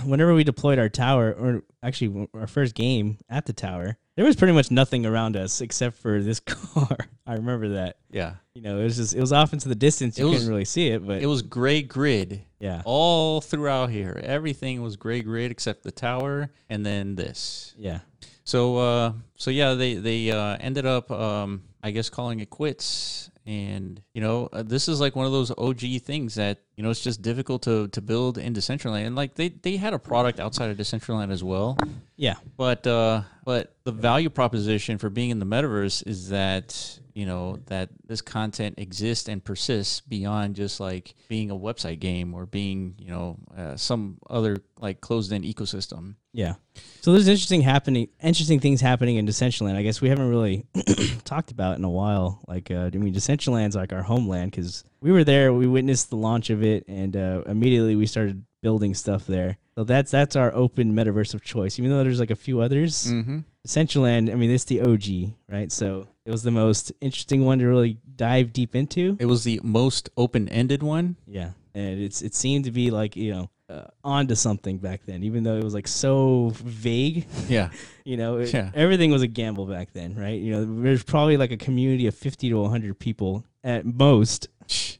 [SPEAKER 2] whenever we deployed our tower, or actually w- our first game at the tower, there was pretty much nothing around us except for this car. I remember that.
[SPEAKER 1] Yeah.
[SPEAKER 2] You know, it was just it was off into the distance. You
[SPEAKER 1] It was-
[SPEAKER 2] couldn't really see it, but
[SPEAKER 1] It was gray grid
[SPEAKER 2] yeah,
[SPEAKER 1] all throughout here. Everything was gray grid except the tower and then this.
[SPEAKER 2] yeah,
[SPEAKER 1] So uh so yeah, they they uh ended up um I guess calling it quits and you know, uh, this is like one of those OG things that you know, it's just difficult to to build in Decentraland. And like they they had a product outside of Decentraland as well.
[SPEAKER 2] yeah,
[SPEAKER 1] But uh, but the value proposition for being in the metaverse is that you know that this content exists and persists beyond just like being a website game or being you know uh, some other like closed-in ecosystem.
[SPEAKER 2] yeah. So there's interesting happening, interesting things happening in Decentraland. I guess we haven't really talked about in a while. Like, uh, I mean, Decentraland's like our homeland because we were there, we witnessed the launch of it, and uh, immediately we started building stuff there. So that's that's our open metaverse of choice. Even though there's like a few others,
[SPEAKER 1] Mm-hmm.
[SPEAKER 2] Decentraland. I mean, it's the OG, right? So it was the most interesting one to really dive deep into.
[SPEAKER 1] It was the most open-ended one.
[SPEAKER 2] Yeah, and it's it seemed to be like you know uh, onto something back then, even though it was like so vague.
[SPEAKER 1] Yeah,
[SPEAKER 2] You know, it-
[SPEAKER 1] Yeah.
[SPEAKER 2] everything was a gamble back then, right? You know, there's probably like a community of 50 to 100 people at most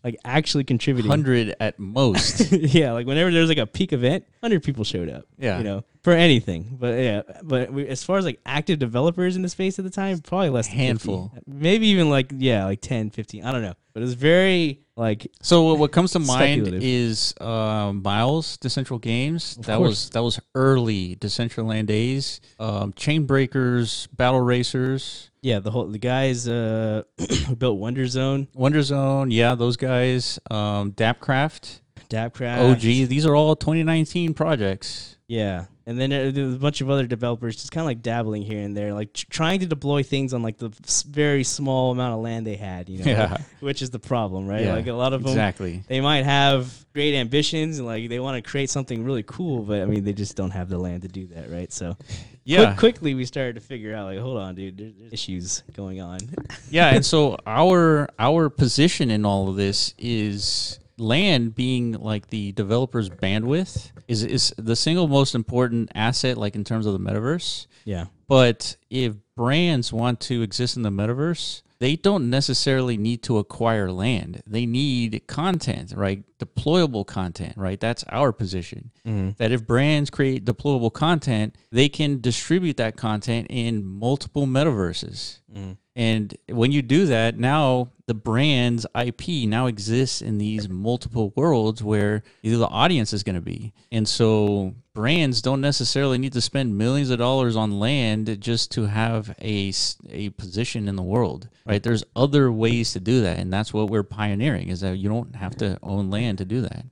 [SPEAKER 2] like actually contributing.
[SPEAKER 1] hundred at most.
[SPEAKER 2] yeah, like whenever there's like a peak event, hundred people showed up.
[SPEAKER 1] Yeah.
[SPEAKER 2] you know, for anything. But yeah, but we, as far as like active developers in the space at the time, probably less than 50.
[SPEAKER 1] Handful.
[SPEAKER 2] maybe even like yeah, like 10, 15. I don't know, but it's very like
[SPEAKER 1] So what- what comes to mind
[SPEAKER 2] Speculative.
[SPEAKER 1] is uh, Miles, Decentral Games. that
[SPEAKER 2] course.
[SPEAKER 1] was that was early Decentraland days. Um, Chain Breakers, Battle Racers,
[SPEAKER 2] yeah, the whole the guys uh who built Wonder Zone,
[SPEAKER 1] Wonder Zone. Yeah, those guys. Um, Dapcraft,
[SPEAKER 2] Dapcraft,
[SPEAKER 1] OG. These are all 2019 projects.
[SPEAKER 2] Yeah. And then uh, there- there's a bunch of other developers just kind of like dabbling here and there, like tr- trying to deploy things on like the s- very small amount of land they had, you know,
[SPEAKER 1] Yeah.
[SPEAKER 2] which is the problem, right?
[SPEAKER 1] Yeah,
[SPEAKER 2] like a lot of them,
[SPEAKER 1] exactly.
[SPEAKER 2] they might have great ambitions and like they want to create something really cool, but I mean, they just don't have the land to do that, right? So
[SPEAKER 1] Yeah.
[SPEAKER 2] quick, quickly we started to figure out like, hold on, dude, there- there's issues going on.
[SPEAKER 1] yeah and so our our position in all of this is land being like the developer's bandwidth is is the single most important asset like in terms of the metaverse
[SPEAKER 2] yeah.
[SPEAKER 1] but if brands want to exist in the metaverse they don't necessarily need to acquire land they need content right deployable content right that's our position that if brands create deployable content they can distribute that content in multiple metaverses and when you do that, now the brand's IP now exists in these multiple worlds where either the audience is going to be. And so brands don't necessarily need to spend millions of dollars on land just to have a, s- a position in the world, right? There's other ways to do that. And that's what we're pioneering is that you don't have to own land to do that.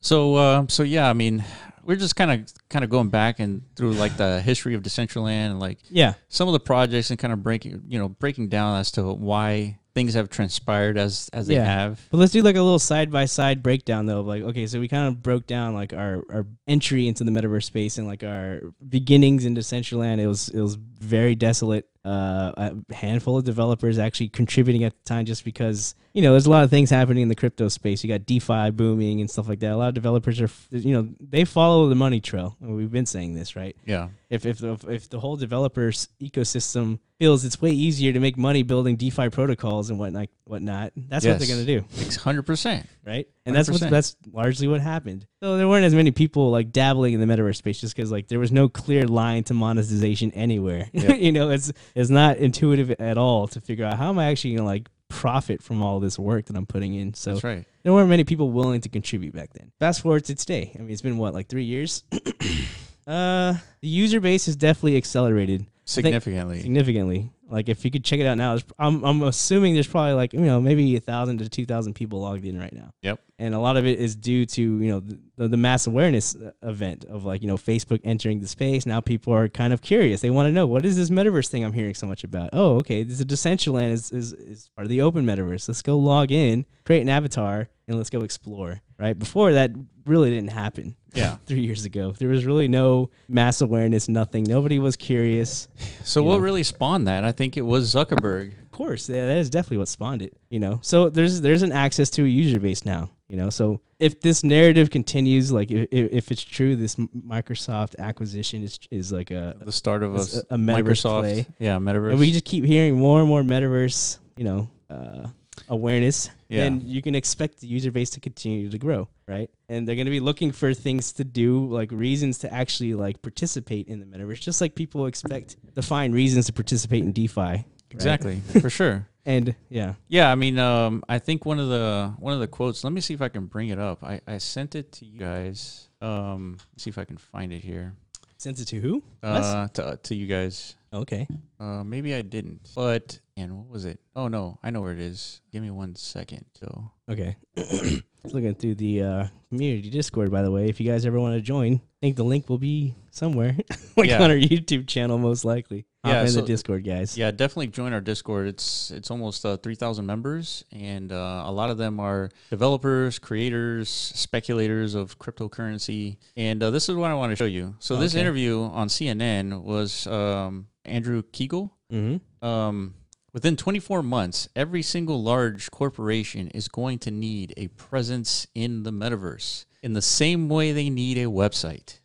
[SPEAKER 1] So, uh, so yeah, I mean, we're just kind of kind of going back and through like the history of Decentraland and like
[SPEAKER 2] Yeah.
[SPEAKER 1] some of the projects and kind of breaking you know breaking down as to why things have transpired as as they have
[SPEAKER 2] But let's do like a little side by side breakdown though. Of like, okay, so we kind of broke down like our, our entry into the metaverse space and like our beginnings into Centraland. It was it was very desolate. Uh, a handful of developers actually contributing at the time, just because you know there's a lot of things happening in the crypto space. You got DeFi booming and stuff like that. A lot of developers are you know they follow the money trail. We've been saying this, right?
[SPEAKER 1] yeah
[SPEAKER 2] If if the, if the whole developers ecosystem feels it's way easier to make money building DeFi protocols and whatnot, whatnot, that's what
[SPEAKER 1] Yes.
[SPEAKER 2] they're gonna do,
[SPEAKER 1] 100%
[SPEAKER 2] right? And that's what
[SPEAKER 1] 100%.
[SPEAKER 2] that's largely what happened. So there weren't as many people like dabbling in the metaverse space just because like there was no clear line to monetization anywhere. you know, it's it's not intuitive at all to figure out how am I actually gonna like profit from all this work that I'm putting in. So
[SPEAKER 1] that's right
[SPEAKER 2] there weren't many people willing to contribute back then. Fast forward to today. I mean, it's been what, like three years? uh, the user base has definitely accelerated
[SPEAKER 1] significantly
[SPEAKER 2] significantly. Like, if you could check it out now, there's- I'm, I'm assuming there's probably like, you know, maybe a thousand to 2,000 people logged in right now.
[SPEAKER 1] yep
[SPEAKER 2] And a lot of it is due to, you know, the, the mass awareness uh, event of like, you know, Facebook entering the space. Now people are kind of curious. They want to know what is this metaverse thing I'm hearing so much about? Oh, okay. This is Decentraland is, is, is part of the open metaverse. Let's go log in, create an avatar, and let's go explore. Right. Before that really didn't happen.
[SPEAKER 1] Yeah.
[SPEAKER 2] Three years ago. There was really no mass awareness, nothing. Nobody was curious.
[SPEAKER 1] so what really spawned that i think it was zuckerberg
[SPEAKER 2] Of course, yeah, that is definitely what spawned it. You know, so there's there's an access to a user base now. You know, so if this narrative continues, like if, if it's true, this M- Microsoft acquisition is is like a,
[SPEAKER 1] the start of
[SPEAKER 2] It's
[SPEAKER 1] us
[SPEAKER 2] a- a metaverse
[SPEAKER 1] microsoft
[SPEAKER 2] play.
[SPEAKER 1] yeah metaverse
[SPEAKER 2] and we just keep hearing more and more metaverse, you know, uh, awareness.
[SPEAKER 1] Yeah.
[SPEAKER 2] Then you can expect the user base to continue to grow, right? And they're going to be looking for things to do, like reasons to actually like participate in the metaverse, just like people expect to find reasons to participate in DeFi. right?
[SPEAKER 1] exactly for sure
[SPEAKER 2] And yeah,
[SPEAKER 1] yeah i mean um i think one of the one of the quotes let me see if i can bring it up i i sent it to you guys um see if i can find it here
[SPEAKER 2] sends it to who? Us?
[SPEAKER 1] uh to, to you guys
[SPEAKER 2] Okay.
[SPEAKER 1] Uh, maybe I didn't. But and what was it? Oh no, I know where it is. Give me one second. So
[SPEAKER 2] Okay. Just looking through the uh, community Discord, by the way. If you guys ever want to join, I think the link will be somewhere, like
[SPEAKER 1] Yeah.
[SPEAKER 2] on our YouTube channel, most likely. Hop
[SPEAKER 1] Yeah,
[SPEAKER 2] in
[SPEAKER 1] so-
[SPEAKER 2] the Discord, guys.
[SPEAKER 1] yeah, definitely join our Discord. It's it's almost uh, three thousand members, and uh, a lot of them are developers, creators, speculators of cryptocurrency. And uh, this is what I want to show you. So this
[SPEAKER 2] Okay.
[SPEAKER 1] interview on CNN was um, Andrew Kegel.
[SPEAKER 2] Mm-hmm.
[SPEAKER 1] um, within 24 months, every single large corporation is going to need a presence in the metaverse in the same way they need a website.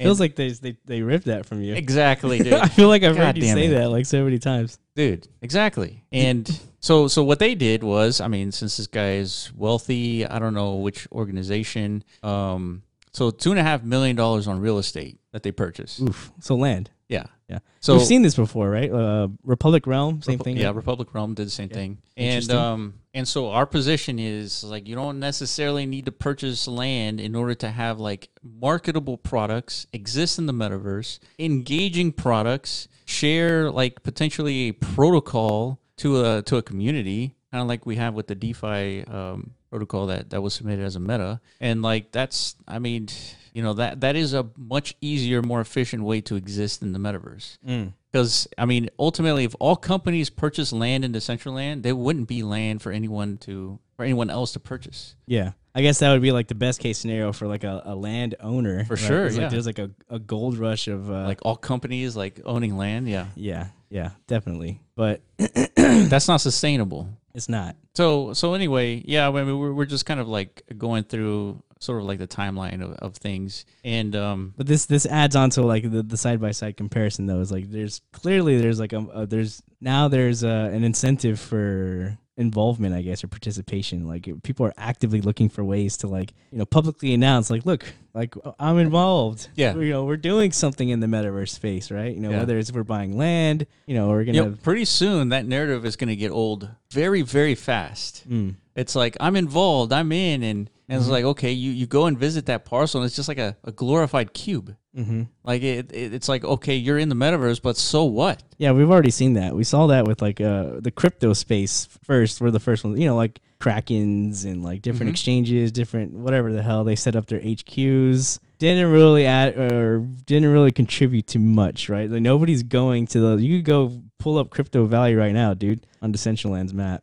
[SPEAKER 2] Feels like they they they ripped that from you.
[SPEAKER 1] Exactly, dude.
[SPEAKER 2] I feel like I've
[SPEAKER 1] God
[SPEAKER 2] heard you
[SPEAKER 1] damn
[SPEAKER 2] say
[SPEAKER 1] it.
[SPEAKER 2] that like so many times.
[SPEAKER 1] dude exactly and so so what they did was i mean since this guy is wealthy i don't know which organization um so two and a half million dollars on real estate that they purchased
[SPEAKER 2] Oof. So land.
[SPEAKER 1] yeah
[SPEAKER 2] Yeah.
[SPEAKER 1] So-
[SPEAKER 2] So we've seen this before, right? Uh, Republic Realm, same thing.
[SPEAKER 1] yeah republic realm did the same thing and
[SPEAKER 2] Interesting.
[SPEAKER 1] um and so our position is like you don't necessarily need to purchase land in order to have like marketable products exist in the metaverse engaging products share like potentially a protocol to a to a community kind of like we have with the defi um, protocol that that was submitted as a meta and like that's i mean you know that that is a much easier more efficient way to exist in the metaverse because I mean, ultimately, if all companies purchase land in Decentraland, there wouldn't be land for anyone to for anyone else to purchase.
[SPEAKER 2] Yeah. I guess that would be like the best case scenario for like a, a land owner. For
[SPEAKER 1] sure, yeah.
[SPEAKER 2] Like there's like a, a gold rush of uh,
[SPEAKER 1] Like all companies, like owning land, yeah,
[SPEAKER 2] yeah, yeah, definitely. But
[SPEAKER 1] that's not sustainable.
[SPEAKER 2] it's not.
[SPEAKER 1] So, so anyway, yeah, I mean, we're, we're just kind of like going through sort of like the timeline of, of things, and um,
[SPEAKER 2] But this this adds on to like the the side by side comparison though. Is like there's clearly there's like a, a there's now there's uh an incentive for involvement I guess or participation. Like people are actively looking for ways to like you know publicly announce like look like I'm involved.
[SPEAKER 1] Yeah.
[SPEAKER 2] you know we're doing something in the metaverse space, right? You know
[SPEAKER 1] Yeah.
[SPEAKER 2] whether it's we're buying land, you know we're gonna
[SPEAKER 1] you know, pretty soon that narrative is going to get old very, very fast. It's like I'm involved, I'm in, and, and it's like okay, you, you go and visit that parcel, and it's just like a, a glorified cube. Mm-hmm. Like it, it, it's like okay, you're in the metaverse, but so what?
[SPEAKER 2] Yeah, we've already seen that. We saw that with like uh, the crypto space first. We're the first ones, you know, like Krakens and like different exchanges, different whatever the hell they set up their HQs. Didn't really add or didn't really contribute to much, right? Like nobody's going to the. You could go pull up crypto value right now, dude, on Decentraland's map.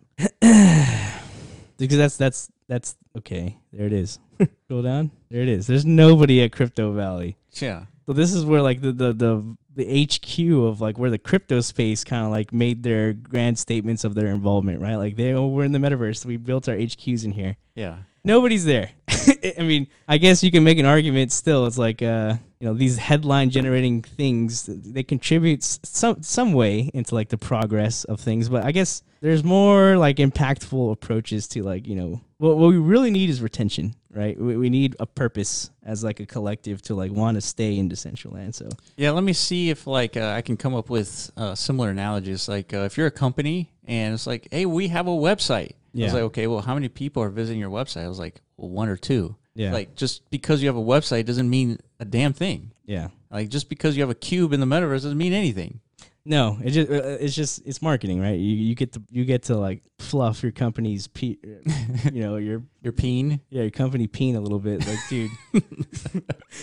[SPEAKER 2] because that's that's that's okay. There it is. Scroll down. There it is. There's nobody at Crypto Valley.
[SPEAKER 1] Yeah,
[SPEAKER 2] So this is where like the the the, the HQ of like where the crypto space kind of like made their grand statements of their involvement, right? Like they oh, we're in the metaverse, we built our HQs in here.
[SPEAKER 1] yeah,
[SPEAKER 2] Nobody's there. I mean, I guess you can make an argument still. It's like uh, you know, these headline generating things they contribute s- some some way into like the progress of things, but I guess there's more like impactful approaches to like, you know, what what we really need is retention, right? We, we need a purpose as like a collective to like want to stay in Decentraland. So,
[SPEAKER 1] yeah. Let me see if like uh, I can come up with uh, similar analogies. Like uh, if you're a company and it's like, hey, we have a website. I was
[SPEAKER 2] Yeah.
[SPEAKER 1] like, okay, well, how many people are visiting your website? I was like, well, one or two.
[SPEAKER 2] Yeah.
[SPEAKER 1] Like just because you have a website doesn't mean a damn thing.
[SPEAKER 2] yeah.
[SPEAKER 1] Like just because you have a cube in the metaverse doesn't mean anything.
[SPEAKER 2] No, it just it's just it's marketing, right? You you get to you get to like fluff your company's pe- you know, your
[SPEAKER 1] You're peeing.
[SPEAKER 2] Yeah, your company peeing a little bit, like, dude.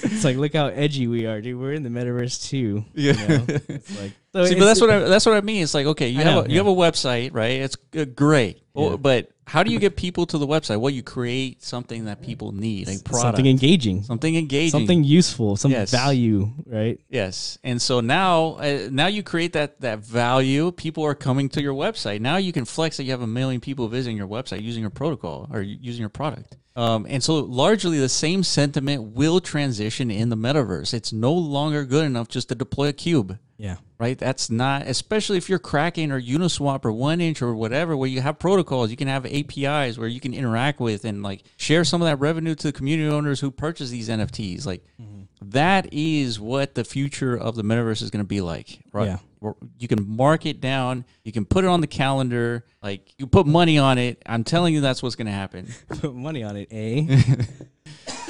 [SPEAKER 2] it's like, look how edgy we are, dude. We're in the metaverse too. Yeah, it's like, so
[SPEAKER 1] See, but
[SPEAKER 2] it's-
[SPEAKER 1] that's what I, that's what I mean. It's like okay, you
[SPEAKER 2] I
[SPEAKER 1] have
[SPEAKER 2] know,
[SPEAKER 1] a, you
[SPEAKER 2] yeah.
[SPEAKER 1] have a website, right? It's uh, great, Well,
[SPEAKER 2] Yeah.
[SPEAKER 1] but how do you get people to the website? Well, you create something that people need, a product,
[SPEAKER 2] something
[SPEAKER 1] something,
[SPEAKER 2] engaging,
[SPEAKER 1] engaging,
[SPEAKER 2] something useful, some
[SPEAKER 1] Yes.
[SPEAKER 2] value, right?
[SPEAKER 1] Yes, and so now uh, now you create that that value. People are coming to your website. Now you can flex that you have a million people visiting your website using your protocol or u- using your product. Um, and so largely the same sentiment will transition in the metaverse. It's no longer good enough just to deploy a cube
[SPEAKER 2] Yeah,
[SPEAKER 1] right? That's not, especially if you're cracking or Uniswap or One Inch or whatever, where you have protocols, you can have APIs where you can interact with and like share some of that revenue to the community owners who purchase these NFTs. Like
[SPEAKER 2] Mm-hmm.
[SPEAKER 1] that is what the future of the metaverse is going to be like, right?
[SPEAKER 2] Yeah.
[SPEAKER 1] Where You can mark it down, you can put it on the calendar, like you put money on it. I'm telling you, that's what's going to happen.
[SPEAKER 2] put money on it, eh?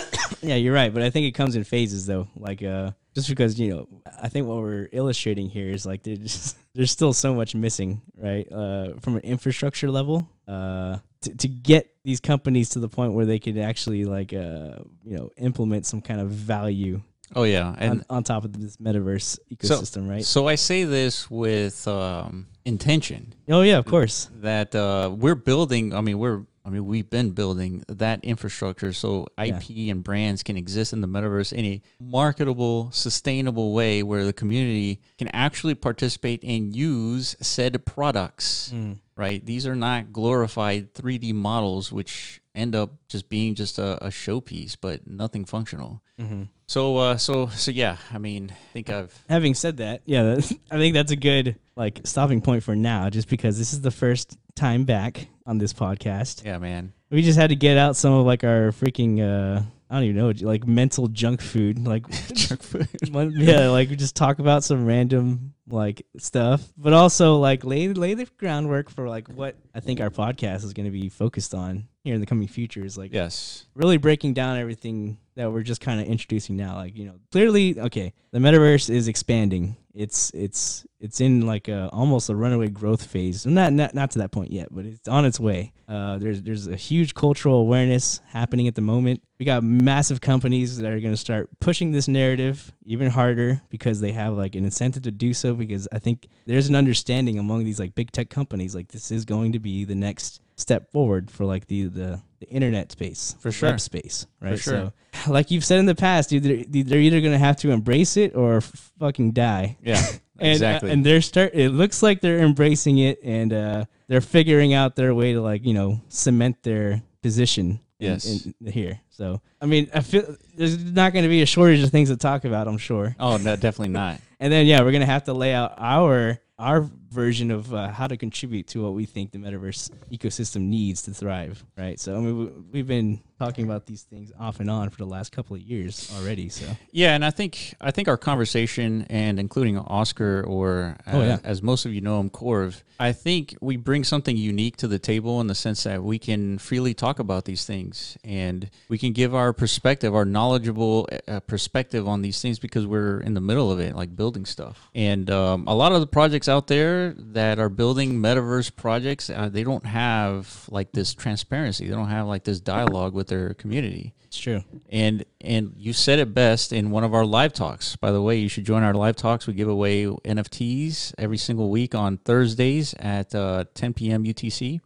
[SPEAKER 2] yeah, you're right, but I think it comes in phases, though. Like, uh, just because you know, I think what we're illustrating here is like there's there's still so much missing, right? Uh, from an infrastructure level, uh, to, to get these companies to the point where they could actually like uh, you know implement some kind of value
[SPEAKER 1] Oh, yeah. And
[SPEAKER 2] on, on top of this metaverse ecosystem, right?
[SPEAKER 1] so I say this with um, intention.
[SPEAKER 2] Oh yeah, of course.
[SPEAKER 1] that uh, we're building. I mean, we're. I mean, we've been building that infrastructure so IP and brands can exist in the metaverse in a marketable, sustainable way where the community can actually participate and use
[SPEAKER 2] Mm.
[SPEAKER 1] said products. Right? These are not glorified 3D models, which end up just being just a, a showpiece, but nothing functional.
[SPEAKER 2] Mm-hmm.
[SPEAKER 1] So, uh, so, so yeah. I mean, I think I've
[SPEAKER 2] Having said that, yeah, that's, I think that's a good like stopping point for now, just because this is the first time back on this podcast.
[SPEAKER 1] yeah, man.
[SPEAKER 2] We just had to get out some of like our freaking uh, I don't even know, like mental junk food, like
[SPEAKER 1] Junk food.
[SPEAKER 2] One- yeah, like we just talk about some random like stuff, but also like lay lay the groundwork for like what I think our podcast is going to be focused on here in the coming future is like
[SPEAKER 1] Yes.
[SPEAKER 2] really breaking down everything that we're just kind of introducing now. Like you know, clearly, okay, the metaverse is expanding. It's it's it's in like a almost a runaway growth phase. Not not not to that point yet, but it's on its way. Uh, there's there's a huge cultural awareness happening at the moment. We got massive companies that are going to start pushing this narrative even harder because they have like an incentive to do so. Because I think there's an understanding among these like big tech companies like this is going to be the next step forward for like the the, the internet space
[SPEAKER 1] For sure.
[SPEAKER 2] web space right
[SPEAKER 1] sure.
[SPEAKER 2] so like you've said in the past dude they're, they're either gonna have to embrace it or f- fucking die
[SPEAKER 1] Yeah.
[SPEAKER 2] and, uh,
[SPEAKER 1] exactly.
[SPEAKER 2] and they're start it looks like they're embracing it and uh they're figuring out their way to like you know cement their position in-
[SPEAKER 1] Yes.
[SPEAKER 2] in, here so i mean i feel there's not going to be a shortage of things to talk about i'm sure
[SPEAKER 1] oh no, definitely not.
[SPEAKER 2] and then yeah, we're gonna have to lay out our our version of uh, how to contribute to what we think the metaverse ecosystem needs to thrive, right? So I mean, we, we've been talking about these things off and on for the last couple of years already. So
[SPEAKER 1] Yeah, and I think I think our conversation and including Oscar or uh,
[SPEAKER 2] Oh, yeah.
[SPEAKER 1] as most of you know him, Corv, I think we bring something unique to the table in the sense that we can freely talk about these things and we can give our perspective, our knowledgeable uh, perspective on these things because we're in the middle of it, like building stuff. And um, a lot of the projects out there that are building metaverse projects, uh, they don't have like this transparency. They don't have like this dialogue with their community
[SPEAKER 2] it's true.
[SPEAKER 1] and and you said it best in one of our live talks. By the way, you should join our live talks. We give away NFTs every single week on Thursdays at uh, 10 p.m. UTC,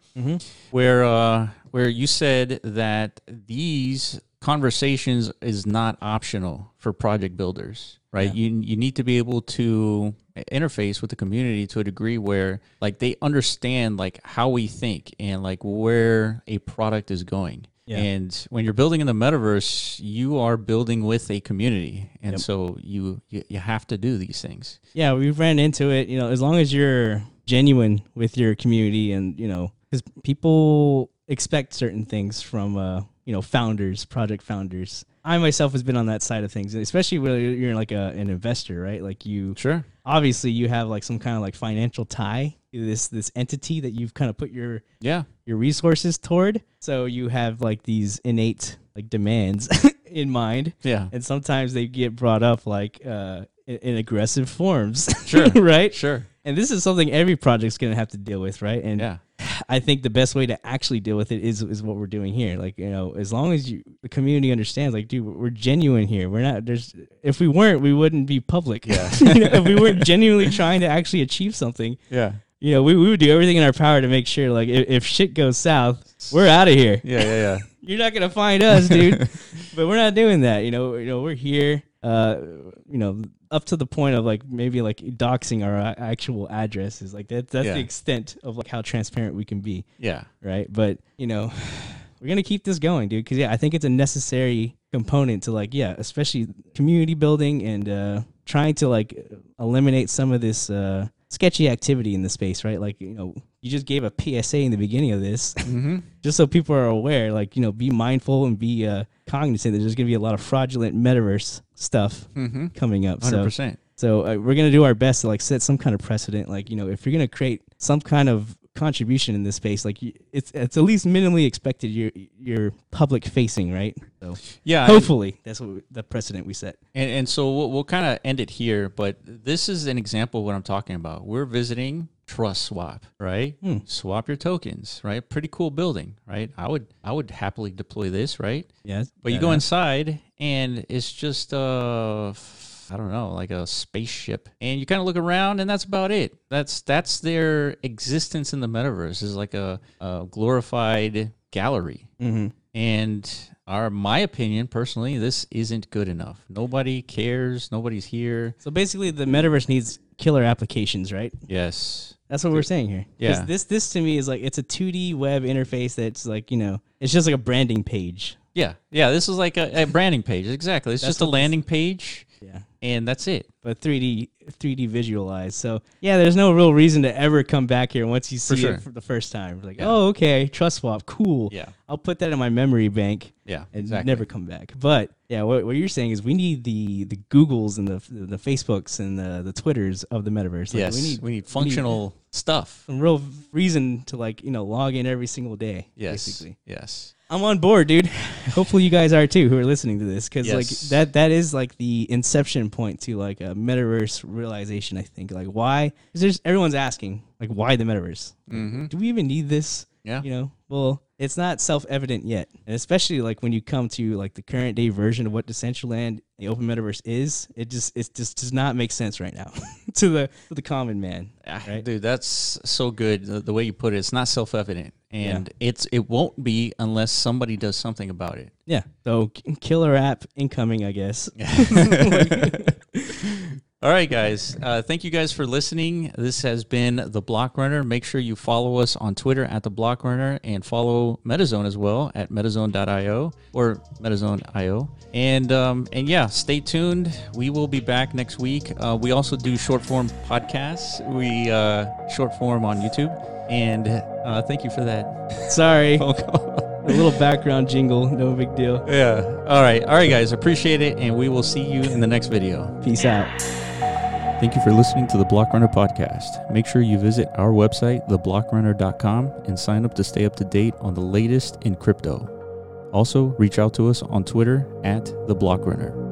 [SPEAKER 1] where uh, where you said that these conversations is not optional for project builders, right? You you need to be able to interface with the community to a degree where like they understand like how we think and like where a product is going.
[SPEAKER 2] Yeah.
[SPEAKER 1] And when you're building in the metaverse, you are building with a community, and so you, you you have to do these things.
[SPEAKER 2] Yeah, we ran into it. You know, as long as you're genuine with your community, and you know, because people expect certain things from uh, you know founders, project founders. I myself has been on that side of things, especially when you're like a, an investor, right? Like you
[SPEAKER 1] Sure.
[SPEAKER 2] obviously you have like some kind of like financial tie to this this entity that you've kind of put your
[SPEAKER 1] Yeah.
[SPEAKER 2] your resources toward so you have like these innate like demands in mind
[SPEAKER 1] Yeah.
[SPEAKER 2] and sometimes they get brought up like uh in, in aggressive forms
[SPEAKER 1] Sure.
[SPEAKER 2] right
[SPEAKER 1] Sure.
[SPEAKER 2] and this is something every project's gonna have to deal with right and
[SPEAKER 1] Yeah.
[SPEAKER 2] I think the best way to actually deal with it is is what we're doing here. Like you know, as long as you the community understands, like, dude, we're genuine here. We're not there's if we weren't, we wouldn't be public. Yeah. if we weren't genuinely trying to actually achieve something,
[SPEAKER 1] Yeah.
[SPEAKER 2] you know, we, we would do everything in our power to make sure like if, if shit goes south, we're out of here.
[SPEAKER 1] Yeah. Yeah. Yeah.
[SPEAKER 2] You're not gonna find us, dude. but we're not doing that. You know, you know, we're here. Uh, you know, up to the point of like maybe like doxing our uh, actual addresses. Like that. That's
[SPEAKER 1] Yeah.
[SPEAKER 2] the extent of like how transparent we can be
[SPEAKER 1] yeah.
[SPEAKER 2] right? But you know, we're gonna keep this going, dude. Because yeah, I think it's a necessary component to like yeah, especially community building and uh, trying to like eliminate some of this uh, sketchy activity in the space, right? Like you know, you just gave a PSA in the beginning of this,
[SPEAKER 1] Mm-hmm.
[SPEAKER 2] just so people are aware. Like you know, be mindful and be uh, cognizant that there's gonna be a lot of fraudulent metaverse stuff
[SPEAKER 1] Mm-hmm.
[SPEAKER 2] coming up.
[SPEAKER 1] Hundred
[SPEAKER 2] So
[SPEAKER 1] percent.
[SPEAKER 2] so uh, we're gonna do our best to like set some kind of precedent. Like you know, if you're gonna create some kind of contribution in this space, like you, it's it's at least minimally expected you're you're public facing, right? So
[SPEAKER 1] Yeah. and-
[SPEAKER 2] hopefully that's what we, the precedent we set.
[SPEAKER 1] And, and so we'll, we'll kind of end it here, but this is an example of what I'm talking about. We're visiting Trust Swap, right? Swap your tokens, right? Pretty cool building, right? I would I would happily deploy this, right?
[SPEAKER 2] Yes,
[SPEAKER 1] But you go inside and it's just uh f- I don't know, like a spaceship. And you kind of look around and that's about it. That's that's their existence in the metaverse is like a, a glorified gallery.
[SPEAKER 2] Mm-hmm.
[SPEAKER 1] And our my opinion personally, this isn't good enough. Nobody cares, nobody's here.
[SPEAKER 2] So basically, the metaverse needs killer applications, right?
[SPEAKER 1] Yes.
[SPEAKER 2] That's what we're saying here. 'Cause
[SPEAKER 1] Yeah.
[SPEAKER 2] This this to me is like it's a 2D web interface that's like you know it It's just like a branding page.
[SPEAKER 1] Yeah, yeah. This is like a, a branding page. Exactly. It's
[SPEAKER 2] That's
[SPEAKER 1] just a
[SPEAKER 2] what this-
[SPEAKER 1] landing page,
[SPEAKER 2] Yeah.
[SPEAKER 1] and that's it.
[SPEAKER 2] But 3D 3D visualized. So yeah, there's no real reason to ever come back here once you see
[SPEAKER 1] sure.
[SPEAKER 2] it for the first time. Like, oh okay, trust swap, cool.
[SPEAKER 1] Yeah.
[SPEAKER 2] I'll put that in my memory bank.
[SPEAKER 1] Yeah,
[SPEAKER 2] and
[SPEAKER 1] exactly.
[SPEAKER 2] never come back. But yeah, what, what you're saying is we need the the Googles and the the Facebooks and the the Twitters of the metaverse. Like,
[SPEAKER 1] yes,
[SPEAKER 2] we need Mm,
[SPEAKER 1] functional stuff.
[SPEAKER 2] some real reason to like you know log in every single day.
[SPEAKER 1] Yes,
[SPEAKER 2] basically.
[SPEAKER 1] yes,
[SPEAKER 2] I'm on board, dude. Hopefully, you guys are too, who are listening to this, because like
[SPEAKER 1] Yes.
[SPEAKER 2] that that is like the inception point to like a metaverse realization. I think like why? Because there's everyone's asking like why the metaverse?
[SPEAKER 1] Mhm.
[SPEAKER 2] Do we even need this?
[SPEAKER 1] Yeah.
[SPEAKER 2] you know. Well, it's not self-evident yet, and especially like when you come to like the current day version of what Decentraland, the open metaverse is, it just it just does not make sense right now to the to the common man.
[SPEAKER 1] Ah,
[SPEAKER 2] Right.
[SPEAKER 1] dude. That's so good. The, the way you put it, it's not self evident, and it's it won't be unless somebody does something about it.
[SPEAKER 2] Yeah. So k- killer app incoming, I guess.
[SPEAKER 1] All right, guys. Uh, thank you guys for listening. This has been The Block Runner. Make sure you follow us on Twitter at The Block Runner and follow MetaZone as well at metazone.io or metazone.io. And um, and yeah, stay tuned. We will be back next week. Uh, we also do short form podcasts. We uh, short form on YouTube. And uh, thank you for that.
[SPEAKER 2] Sorry.
[SPEAKER 1] phone call.
[SPEAKER 2] a little background jingle, no big deal.
[SPEAKER 1] yeah. All right. All right, guys. Appreciate it, and we will see you in the next video.
[SPEAKER 2] Peace out.
[SPEAKER 1] Thank you for listening to the Block Runner podcast. Make sure you visit our website, theblockrunner.com, and sign up to stay up to date on the latest in crypto. Also, reach out to us on Twitter at the Block Runner.